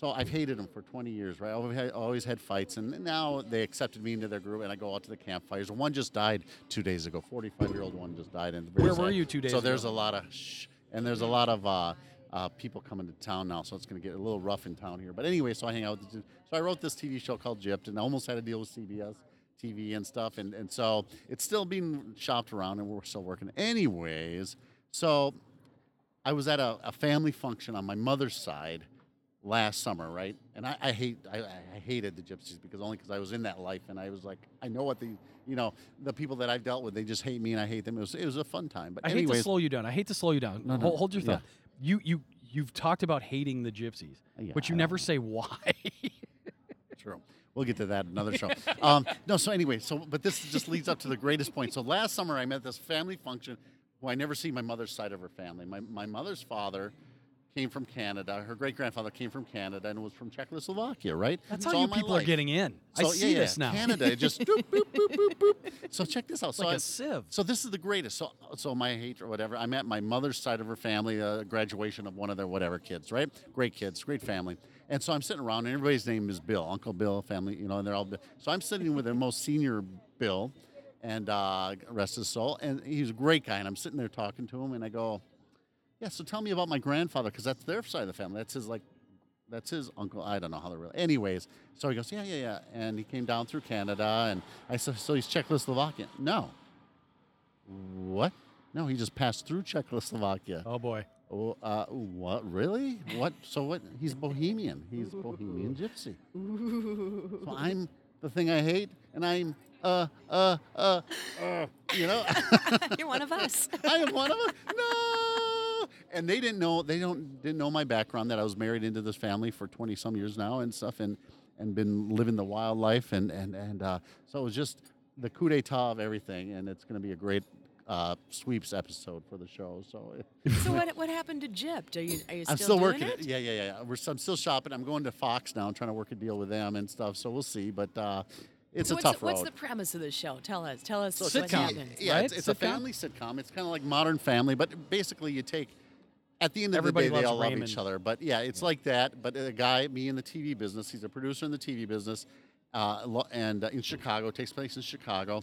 so I've hated him for 20 years, right? I've had- always had fights, and now they accepted me into their group, and I go out to the campfires. One just died two days ago. 45 year old one just died. And
Where were you two days
So there's
ago?
a lot of shh, and there's a lot of. Uh, uh, people coming to town now, so it's going to get a little rough in town here. But anyway, so I hang out. With the, so I wrote this TV show called Gypped, and I almost had a deal with CBS TV and stuff. And, and so it's still being shopped around, and we're still working. Anyways, so I was at a, a family function on my mother's side last summer, right? And I, I hate I, I hated the gypsies because only because I was in that life and I was like, I know what the you know the people that I've dealt with, they just hate me and I hate them. It was it was a fun time, but
I hate to
anyways,
slow you down. I hate to slow you down.
no,
Hol- hold, your
yeah.
thought. You you you've talked about hating the gypsies,
Yeah,
but you
I
never say why.
True. We'll get to that in another show. um, no, so anyway, so but this just leads up to the greatest point. So last summer I met this family function who I never see my mother's side of her family. My my mother's father came from Canada. Her great grandfather came from Canada and was from Czechoslovakia, right?
That's
So
how
all
you
my
people are
life-
getting in. I
so,
see
yeah, yeah,
this now.
Canada it just doop, boop, boop, boop, boop. So check this out.
It's
so
like
I-
a sieve.
so this is the greatest. So, so my hate or whatever. I'm at my mother's side of her family, uh, graduation of one of their whatever kids, right? Great kids, great family. And so I'm sitting around, and everybody's name is Bill, Uncle Bill, family, you know, and they're all. So I'm sitting with the most senior Bill, and uh, rest his soul, and he's a great guy. And I'm sitting there talking to him, and I go, "Yeah, so tell me about my grandfather, because that's their side of the family. That's his like that's his uncle. I don't know how they're related. Anyways, so he goes, yeah, yeah, yeah. And he came down through Canada, and I said, so he's Czechoslovakian. No. What? No, he just passed through Czechoslovakia.
Oh boy.
Oh, uh, what? Really? What? So what? He's Bohemian. He's Bohemian Gypsy. So I'm the thing I hate, and I'm uh uh uh, uh you know.
You're one of us.
I am one of them. No. And they didn't know. They don't didn't know my background that I was married into this family for twenty some years now and stuff, and and been living the wild life and and and uh, so it was just the coup d'état of everything, and it's going to be a great uh, sweeps episode for the show. So it,
so what what happened to Gypped? Are you are you still,
I'm still
doing
working
it?
Yeah, yeah, yeah. We're, s- I'm still shopping. I'm going to Fox now. I'm trying to work a deal with them and stuff. So we'll see. But uh, it's
So
a
what's,
tough
the,
road.
what's the premise of the show? Tell us. Tell us
So
what
it's-
sitcom,
happened.
Yeah, it's,
right?
it's a
Sitcom?
family sitcom. It's kind of like Modern Family, but basically you take. At the end of
Everybody
the day, they
loves
all love each
Raymond.
other. But yeah, it's like that. But a guy, me in the TV business, he's a producer in the TV business, uh, lo- and uh, in Chicago, it takes place in Chicago,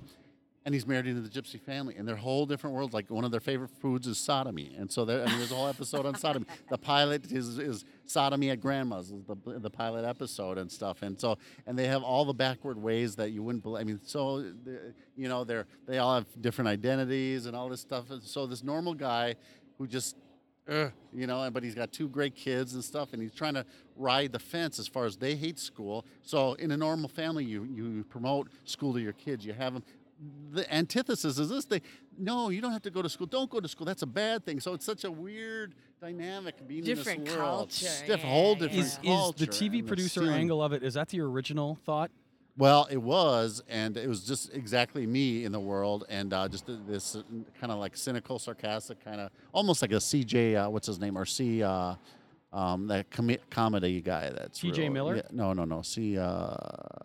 and he's married into the gypsy family, and their whole different world. Like one of their favorite foods is sodomy, and so there, I mean, there's a whole episode on sodomy. The pilot is, is sodomy at grandma's, is the, the pilot episode and stuff, and so and they have all the backward ways that you wouldn't believe. I mean, so the- you know they're they all have different identities and all this stuff. And so this normal guy who just Ugh. you know, and- but he's got two great kids and stuff, and he's trying to ride the fence as far as they hate school. So in a normal family, you you promote school to your kids. You have them. The antithesis is this thing. No, you don't have to go to school. Don't go to school. That's a bad thing. So it's such a weird dynamic being in
Different
this world.
culture,
Diff- whole
yeah,
different
Is
Yeah.
is
culture.
the TV
and
producer
ceiling.
angle of it? Is that the original thought?
Well, it was, and it was just exactly me in the world, and uh, just th- this kind of like cynical, sarcastic, kind of almost like a CJ, uh, what's his name, or C, uh, um, that comi- comedy guy. That's
T.J.
real-
Miller?
yeah, no, no, no. C. Uh,
Oh,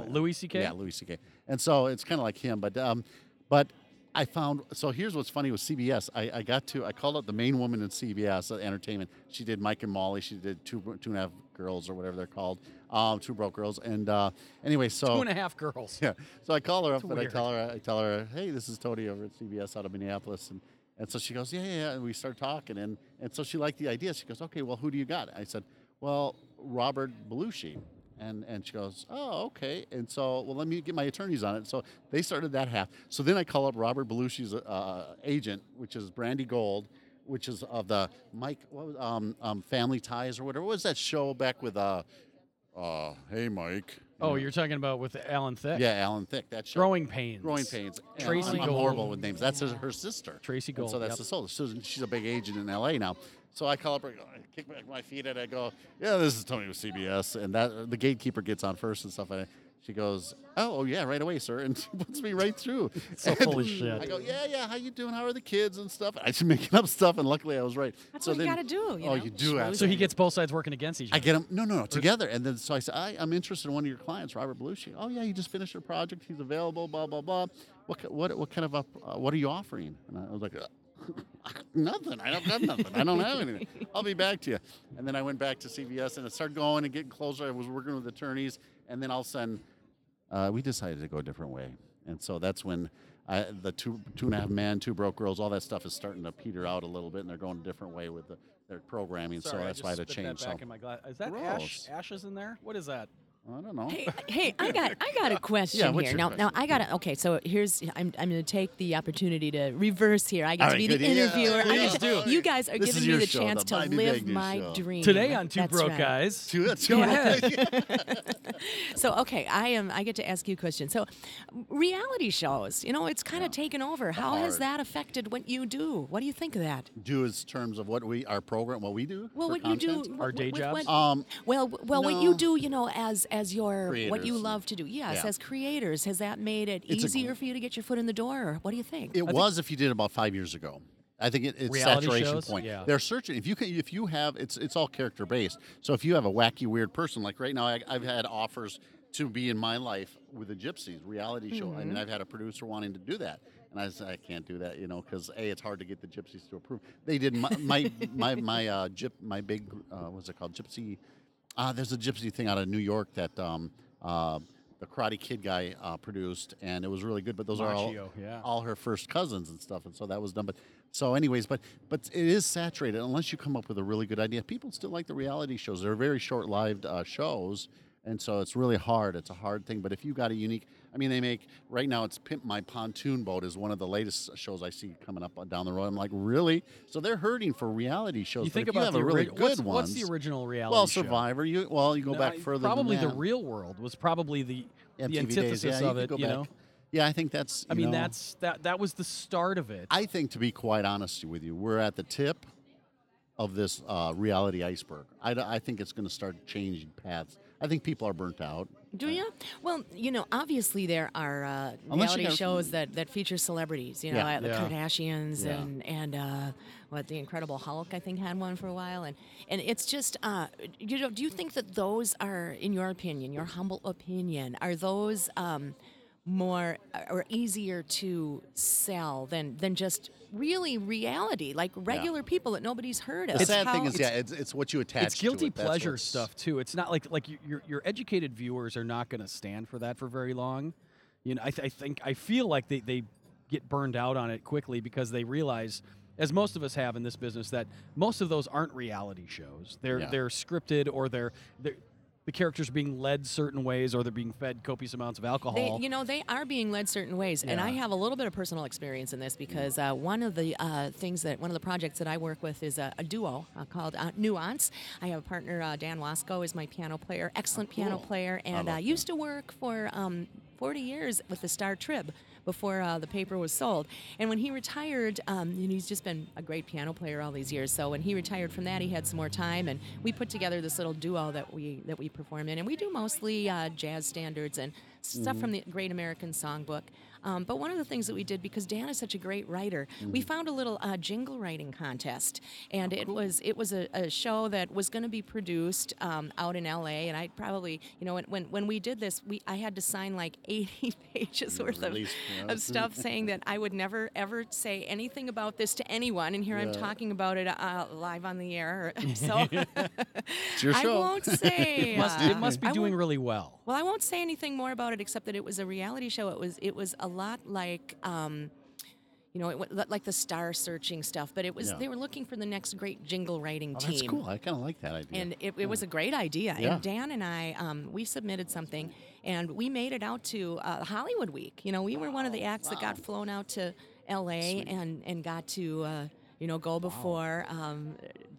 anyway.
Louis C.K.
Yeah, Louis C.K. And so it's kind of like him, but um, but I found so here's what's funny with CBS. I, I got to I called up the main woman in CBS uh, Entertainment. She did Mike and Molly. She did two Bro- two and a half girls or whatever they're called, um, two broke girls. And uh, anyway, so
Two and a half girls.
yeah. So I call her up and I
weird.
tell her, I tell her, hey, this is Tony over at CBS out of Minneapolis, and and so she goes, yeah, yeah, yeah. And we start talking, and and so she liked the idea. She goes, okay, well, who do you got? I said, well, Robert Belushi. And, and she goes, oh, okay. And so, well, let me get my attorneys on it. So they started that half. So then I call up Robert Belushi's uh, agent, which is Brandy Gold, which is of the Mike, what was, um, um, Family Ties or whatever. What was that show back with, uh, uh, hey, Mike?
Oh, you're talking about with Alan Thicke.
Yeah, Alan Thicke. That show.
Growing pains.
Growing pains. And
Tracy
I'm, I'm
Gold.
horrible with names. That's her, her sister.
Tracy
And so
Gold,
that's
yep.
the soul. Susan, she's a big agent in LA now. So I call up her, I kick back my feet, and I go, "Yeah, this is Tony with CBS." And that the gatekeeper gets on first and stuff. And I, She goes, "Oh, oh yeah, right away, sir," and she puts me right through.
So
And
holy shit.
I go, "Yeah, yeah, how you doing? How are the kids and stuff?" I was making up stuff, and luckily I was right.
That's
so
what you
then-
gotta do, you
oh,
know?
you do have.
So
to.
he gets both sides working against each
I
other.
get him. No, no, no, together. And then so I said, I, I'm interested in one of your clients, Robert Belushi. Oh yeah, he just finished a project. He's available. Blah blah blah. What ki- what what kind of up, uh, what are you offering? And I was like, "Uh, nothing. I don't got nothing. I don't have anything. I'll be back to you. And then I went back to CVS and it started going and getting closer. I was working with attorneys, and then all of a sudden, uh, we decided to go a different way. And so that's when. I, the two two and a half man, two broke girls, all that stuff is starting to peter out a little bit, and they're going a different way with the, their programming.
Sorry,
so
I
that's why I
just
had to
spit that
change.
back
so-
in my glass. Is that ash,
Gross.
ashes in there? What is that?
I don't know.
Hey, hey, I got, I got a question
Yeah, what's
here.
your
Now, now
question?
I got to Okay, so here's, I'm, I'm going to take the opportunity to reverse here. I get
All
to
right,
be the
good. Yeah,
interviewer. I
yeah.
get to- you guys are
This
giving
is
me
your
the
show,
chance
the
to
Mighty
live
Big News
my
show.
dream
Today on Two
That's
Broke
right.
Guys.
Dude, that's
Go
cool.
ahead.
So okay, I am. I get to ask you questions. So, reality shows. You know, it's kind of taken over. How has
hard.
that affected what you do? What do you think of that?
Do is terms of what we our program, what we do.
Well,
for
what you
content?
do,
Our
wh-
day
wh-
jobs?
What,
Um,
well, w- well, what you
no.
do, you know, as as your what you
Creators.
love to do. Yes,
Yeah.
as creators, has that made it
It's a
easier
gr-
for you to get your foot in the door? Or what do you think?
it was if you did about five years ago. I think it, it's
Reality
saturation
shows?
point.
Yeah.
They're searching. If you can, if you have, it's it's all character based. So if you have a wacky, weird person, like right now, I, I've had offers to be in my life with the Gypsies reality show. I
Mm-hmm.
mean, I've had a producer wanting to do that, and I said I can't do that, you know, because a it's hard to get the Gypsies to approve. They did my my my, my uh, gyp my big uh, what's it called Gypsy. Uh, there's a gypsy thing out of New York that um, uh, the Karate Kid guy uh, produced, and it was really good. But those are all,
Machio, yeah.
all her first cousins and stuff, and so that was done. But so, anyways, but but it is saturated unless you come up with a really good idea. People still like the reality shows; they're very short-lived uh, shows, and so it's really hard. It's a hard thing. But if you got a unique, I mean, they make right now. It's Pimp My Pontoon Boat is one of the latest shows I see coming up uh, down the road. I'm like, really? So they're hurting for reality shows.
You
but
think
if
about
you have
the
a really
orig-
good
what's,
one.
What's the original reality
Well,
show?
Survivor. You well, you go
No,
back
I-
further. than
Probably the
that.
real world was probably the the
MTV days,
antithesis
yeah,
of
could
it.
go
You
back.
know,
Yeah, I think that's.
I
you
mean,
know,
that's that that was the start of it.
I think to be quite honest with you, we're at the tip of this uh, reality iceberg. I, d- I think it's going to start changing paths. I think people are burnt out.
Do you? Well, you know, obviously there are uh,
Unless you
reality
got-
shows that, that feature celebrities. You know,
Yeah.
uh, the
Yeah.
Kardashians
Yeah.
and and uh, what the Incredible Hulk, I think, had one for a while, and and it's just uh, you know, do you think that those are, in your opinion, your humble opinion, are those um, more uh, or easier to sell than than just really reality, like regular people that nobody's heard of?
The sad thing
How-
is, yeah, it's, it's what you attach.
it's guilty
to it. That's
pleasure
what's-
stuff too. It's not like like y- your your educated viewers are not going to stand for that for very long. You know, I, th- I think I feel like they they get burned out on it quickly because they realize, as most of us have in this business, that most of those aren't reality shows. They're
Yeah.
they're scripted or they're they're the characters being led certain ways or they're being fed copious amounts of
They,
alcohol.
you know, they are being led certain ways, and I have a little bit of personal experience in this because uh, one of the uh, things that one of the projects that I work with is a, a duo uh, called uh, Nuance. I have a partner, uh, Dan Wasco, is my piano player, excellent piano player, and uh, used to work for um, 40 years with the Star Trib before uh, the paper was sold. And when he retired, um, and he's just been a great piano player all these years. So when he retired from that, he had some more time, and we put together this little duo that we that we perform in, and we do mostly uh, jazz standards and stuff from the Great American Songbook. Um, but one of the things that we did because Dan is such a great writer,
Mm.
we found a little uh, jingle writing contest, and
Oh,
it was it was a, a show that was going to be produced um, out in L.A. And I probably you know when, when when we did this, we I had to sign like 80 pages worth of,
release, yeah.
of stuff saying that I would never ever say anything about this to anyone, and here I'm talking about it uh, live on the air. So
It's your
I
show.
won't say.
must,
uh,
it must be
I
doing
won't-
really well.
well, I won't say anything more about it except that it was a reality show. It was it was a lot like. Um, you know, it, wa- like the star searching stuff, but it was
Yeah.
they were looking for the next great jingle writing
Oh,
team.
that's cool. I kind of like that idea. Hmm.
And it, it was a great idea.
Yeah.
And Dan and I, um, we submitted something, and we made it out to uh, Hollywood Week. You know, we were one of the
Oh,
acts that got flown out to L.A. and and got to. Uh, you know, go before um,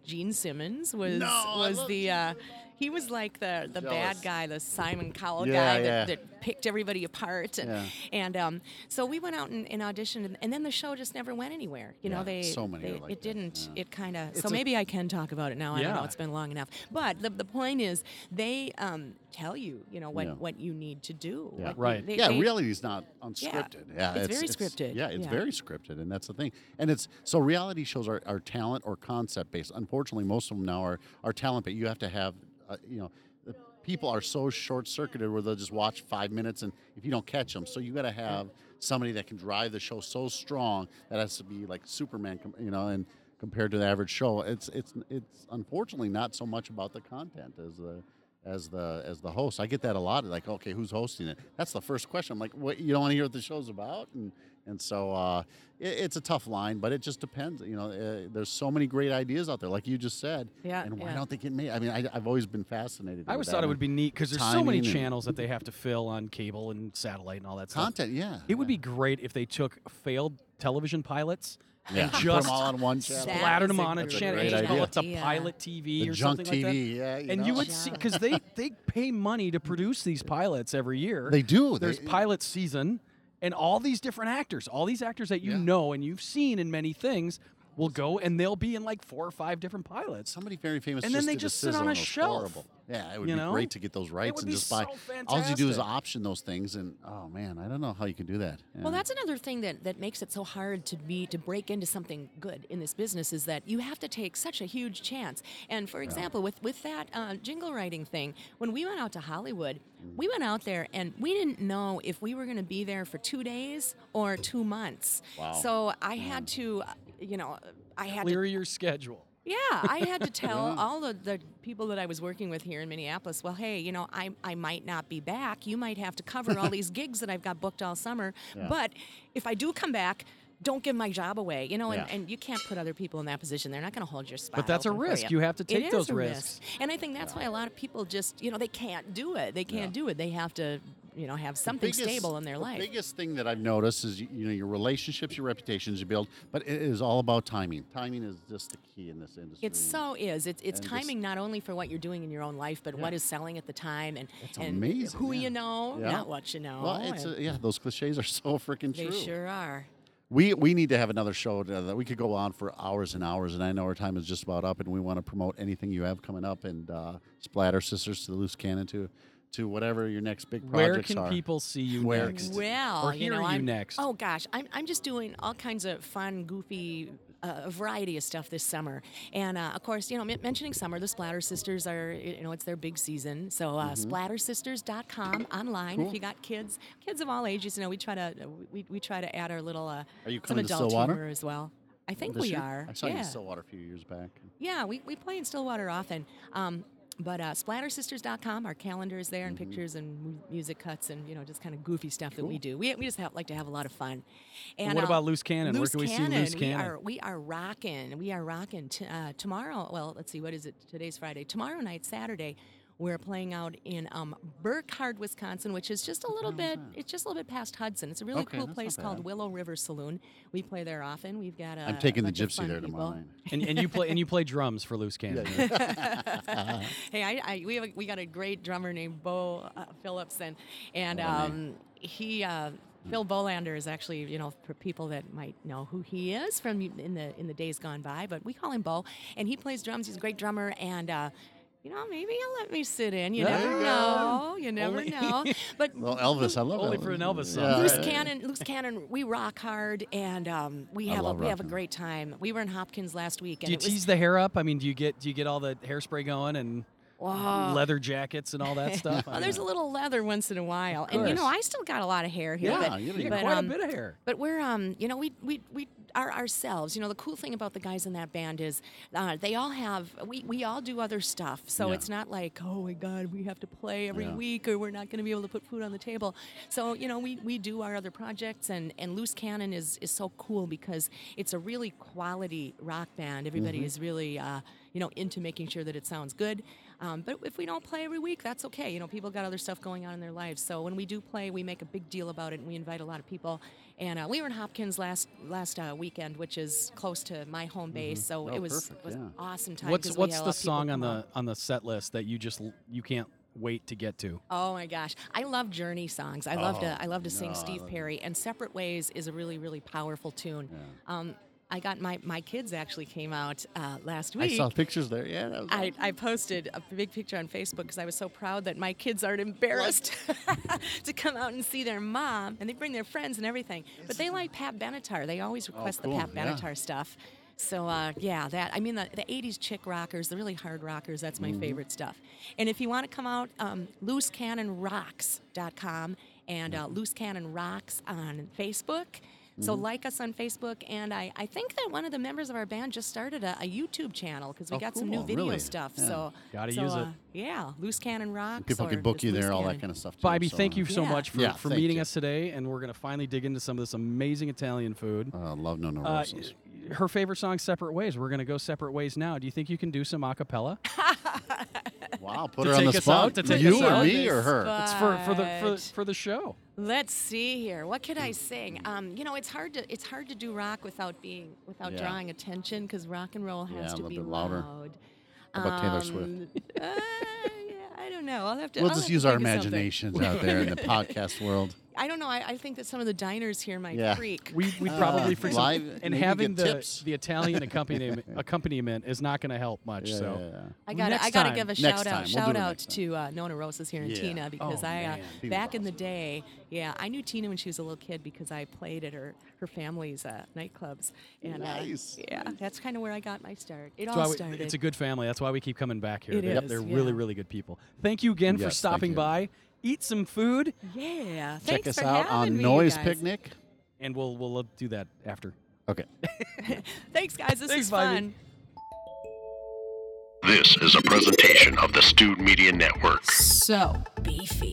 Gene Simmons was
No, I
was
love
the uh, He was like the the
Jealous.
bad guy, the Simon Cowell
Yeah,
guy
yeah.
that, that picked everybody apart, and
Yeah.
and um, so we went out and, and auditioned, and, and then the show just never went anywhere. You
Yeah,
know, they
so many are
they-
like
it
that,
didn't.
yeah.
It kind of.
It's
So
a-
maybe I can talk about it now. I don't
Yeah.
know. It's been long enough. But the, the point is, they um, tell you, you know, what
Yeah.
what you need to do.
Yeah.
What you-
Right.
they-
yeah,
they-
reality's not unscripted. Yeah,
It's very scripted,
yeah, it's
yeah.
very scripted, and that's the thing. And it's so reality shows are, are talent or concept based. Unfortunately, most of them now are are talent, but you have to have, uh, you know, the people are so short circuited where they'll just watch five minutes, and if you don't catch them, so you got to have somebody that can drive the show so strong that has to be like Superman, com- you know, and. Compared to the average show, it's it's it's unfortunately not so much about the content as the as the as the host. I get that a lot. Like, okay, who's hosting it? That's the first question. I'm like, what? You don't want to hear what the show's about, and and so uh, it, it's a tough line, but it just depends. You know, uh, there's so many great ideas out there, like you just said.
Yeah,
And why
yeah.
don't they get made? I mean, I, I've always been fascinated.
I
with
always
that.
thought it
And
would be neat because there's so many
timing and-
channels that they have to fill on cable and satellite and all that stuff.
content. Yeah,
It would be great if they took failed television pilots
yeah.
and
Put 'em
just
all on one channel.
That
splattered
is
them
a
on a
That's a
channel.
great
and call it the
idea.
pilot TV
The
or
junk
something like that.
TV. Yeah, you
and you
know.
would see because they they pay money to produce these pilots every year.
They do.
There's
They-
pilot season, and all these different actors, all these actors that you
Yeah.
know and you've seen in many things, will go and they'll be in like four or five different pilots.
Somebody very famous.
And then they
did a
just sit on
sizzle
a
and it was
shelf,
Horrible. Yeah, it would
you
be
know?
great to get those rights
would
and
be
just buy.
so
All you do is
fantastic.
option those things, and oh man, I don't know how you could do that.
Well,
Yeah.
that's another thing that, that makes it so hard to be to break into something good in this business is that you have to take such a huge chance. And for example, with with that uh, jingle writing thing, when we went out to Hollywood, we went out there and we didn't know if we were going to be there for two days or two months.
Wow.
So I had to, uh, you know, I had to
Clear your schedule.
yeah, I had to tell all the, the people that I was working with here in Minneapolis, well, hey, you know, I, I might not be back. You might have to cover all these gigs that I've got booked all summer. But if I do come back, don't give my job away, you know, and,
Yeah.
and you can't put other people in that position. They're not going to hold your spot.
that's a
open for
risk. You have to
It
take
is
those
a
risks.
Risk. And I think that's why a lot of people just, you know, they can't do it. They can't do it. They have to, you know, have something
biggest-
stable in their
the
life.
biggest thing that I've noticed is you, you know your relationships, your reputations you build, but it is all about timing. Timing is just the key in this industry.
It so is. It's it's
Mm. And just-
timing not only for what you're doing in your own life, but what is selling at the time and, and
amazing,
who
yeah.
you know,
Yeah.
not what you know.
Well, it's
and
uh yeah, those cliches are so freaking
they
true.
sure are.
We we need to have another show to- that we could go on for hours and hours, and I know our time is just about up, and we want to promote anything you have coming up, and uh, Splatter Sisters to the Loose Cannon to to whatever your next big
Where
projects
can
are.
people see you
Where?
next?
Well,
or
you
hear
know,
you
I'm,
next.
Oh gosh, I'm I'm just doing all kinds of fun, goofy. uh, A variety of stuff this summer, and uh, of course, you know, men- mentioning summer, the Splatter Sisters are, you know, it's their big season. So, uh,
Mm-hmm.
splattersisters.com online. If you got kids, kids of all ages, you know, we try to we, we try to add our little uh,
Are you
some
coming to
adult
Stillwater?
humor as well. I think
This
we
year?
are.
I saw you
Yeah.
in Stillwater a few years back.
Yeah, we, we play in Stillwater often. Um, but uh, splattersisters.com, our calendar is there and pictures and mu- music cuts and, you know, just kind of goofy stuff that we do. We, we just have, like to have a lot of fun. And
what
uh,
about Loose Cannon? Where
Loose
can we see
Cannon,
Loose Cannon?
We are, we are rocking. We are rocking t- uh, tomorrow. Well, let's see, what is it? Today's Friday. Tomorrow night, Saturday. We're playing out in um, Burkhardt, Wisconsin, which is just a little bit, it's just a little bit past Hudson. It's a really
Okay,
cool
that's not
place called
bad.
Willow River Saloon. We play there often. We've got a.
I'm taking
a
the
Uh, bunch of
gypsy
fun
there
people.
tomorrow. night.
and, and you play and you play drums for Loose Cannon. right?
hey, I, I we have a, we got a great drummer named Bo uh, Phillips, and and um, he uh, Phil Bolander is actually you know for people that might know who he is from in the in the days gone by, but we call him Bo, and he plays drums. He's a great drummer, and. Uh, you know, maybe he'll let me sit in. You
There
never
you go.
know. You never
Only-
know. But
Well, Elvis, I love
Only
Elvis.
for an Elvis song.
Yeah.
Loose
Right.
Cannon, Loose Cannon, we rock hard, and um, we
I
have a,
love
we have a
rocking.
great time. We were in Hopkins last week, and
Do you
it was
tease the hair up? I mean, do you get do you get all the hairspray going and
Wow.
leather jackets and all that stuff? I
Well, there's a
mean,
little leather once in a while, and you know
course.
I still got a lot of hair here.
Yeah,
but,
you
you
do.
got
but,
quite
um,
a bit of hair.
But we're um, you know, we we we are ourselves. You know, the cool thing about the guys in that band is uh, they all have we we all do other stuff. So
Yeah.
it's not like oh my God, we have to play every
Yeah.
week or we're not going to be able to put food on the table. So you know, we we do our other projects, and and Loose Cannon is is so cool because it's a really quality rock band.
Mm-hmm.
Everybody is really. Uh, you know, into making sure that it sounds good. Um, but if we don't play every week, that's okay. You know, people got other stuff going on in their lives. So when we do play, we make a big deal about it and we invite a lot of people. And uh, we were in Hopkins last last uh, weekend, which is close to my home base, so
Oh,
it was,
perfect,
was
yeah.
awesome time.
What's
'cause we
what's
had a
the
lot of people
song on
come
the
out.
on the set list that you just l- you can't wait to get to?
Oh my gosh, I love Journey songs. I love to I love to sing
Oh, no, I
Steve
love it.
Perry, and "Separate Ways" is a really really powerful tune. Um, I got my my kids actually came out uh, last
I
week.
saw pictures there. Yeah. That was
I, I posted a big picture on Facebook because I was so proud that my kids aren't embarrassed to come out and see their mom, and they bring their friends and everything. But they like Pat Benatar. They always request
Oh, cool,
the Pat
yeah.
Benatar stuff. So uh, yeah, that I mean the, the '80s chick rockers, the really hard rockers. That's
Mm-hmm.
my favorite stuff. And if you want to come out, um, loosecannonrocks.com and uh, Loose Cannon Rocks on Facebook. So
Mm-hmm.
like us on Facebook, and I, I think that one of the members of our band just started a, a YouTube channel because we
Oh,
got some new
cool,
video
really?
stuff.
Yeah.
So
Gotta
so,
use it.
Uh, yeah, loose cannon rocks.
People
or
can book
just
you
Loose
there, all that
Cannon.
kind of stuff. too,
Bobby,
so,
thank you so
Yeah.
much for,
Yeah,
for
thank
meeting
you.
us today, and we're gonna finally dig into some of this amazing Italian food.
uh, love no no
Uh,
roses.
her favorite song, "Separate Ways." We're gonna go separate ways now. Do you think you can do some a cappella?
wow, put
to
her on
take
the
us out,
spot.
to take
you
us
or
out.
me or her?
uh,
It's for for the for,
But-
for the show.
Let's see here. What could
Hmm.
I sing? Um, you know, it's hard to it's hard to do rock without being without
Yeah.
drawing attention because rock and roll
Yeah,
has
a
to
little
be
bit louder.
loud.
How about Taylor Swift?
Um, uh, yeah, I don't know. I'll have to.
We'll
I'll
just
have
use
to
our
think of something.
imaginations out there in the podcast world.
I don't know. I, I think that some of the diners here might
Yeah.
freak.
We we
Uh,
probably freak some-
live-
and
maybe
having
get
the
tips.
the Italian accompaniment accompaniment is not gonna help much.
Yeah,
so.
yeah, yeah.
I got
Next
I got to
time.
give a
Next
shout
time. We'll
out
do
shout
it
out
next
to uh, Nona Rosas here in
Yeah.
Tina because
Oh,
I uh,
man.
She was
back in the
awesome.
day, yeah, I knew Tina when she was a little kid because I played at her her family's uh, nightclubs and
Nice,
uh, yeah, that's kind of where I got my start. It
That's
all
why we-
started.
it's a good family. That's why we keep coming back here.
It
they're
is,
they're
yeah.
really, really good people. Thank you again
Yes,
for
thank
stopping
you.
by. Eat some food,
yeah,
Check
thanks
us
for
out
having
on
me, you
Noise
guys.
Picnic.
and we'll we'll uh, do that after.
Okay.
Thanks, guys. This
Thanks,
is
Bobby.
fun.
This is a presentation of the Stewed Media Network.
So beefy.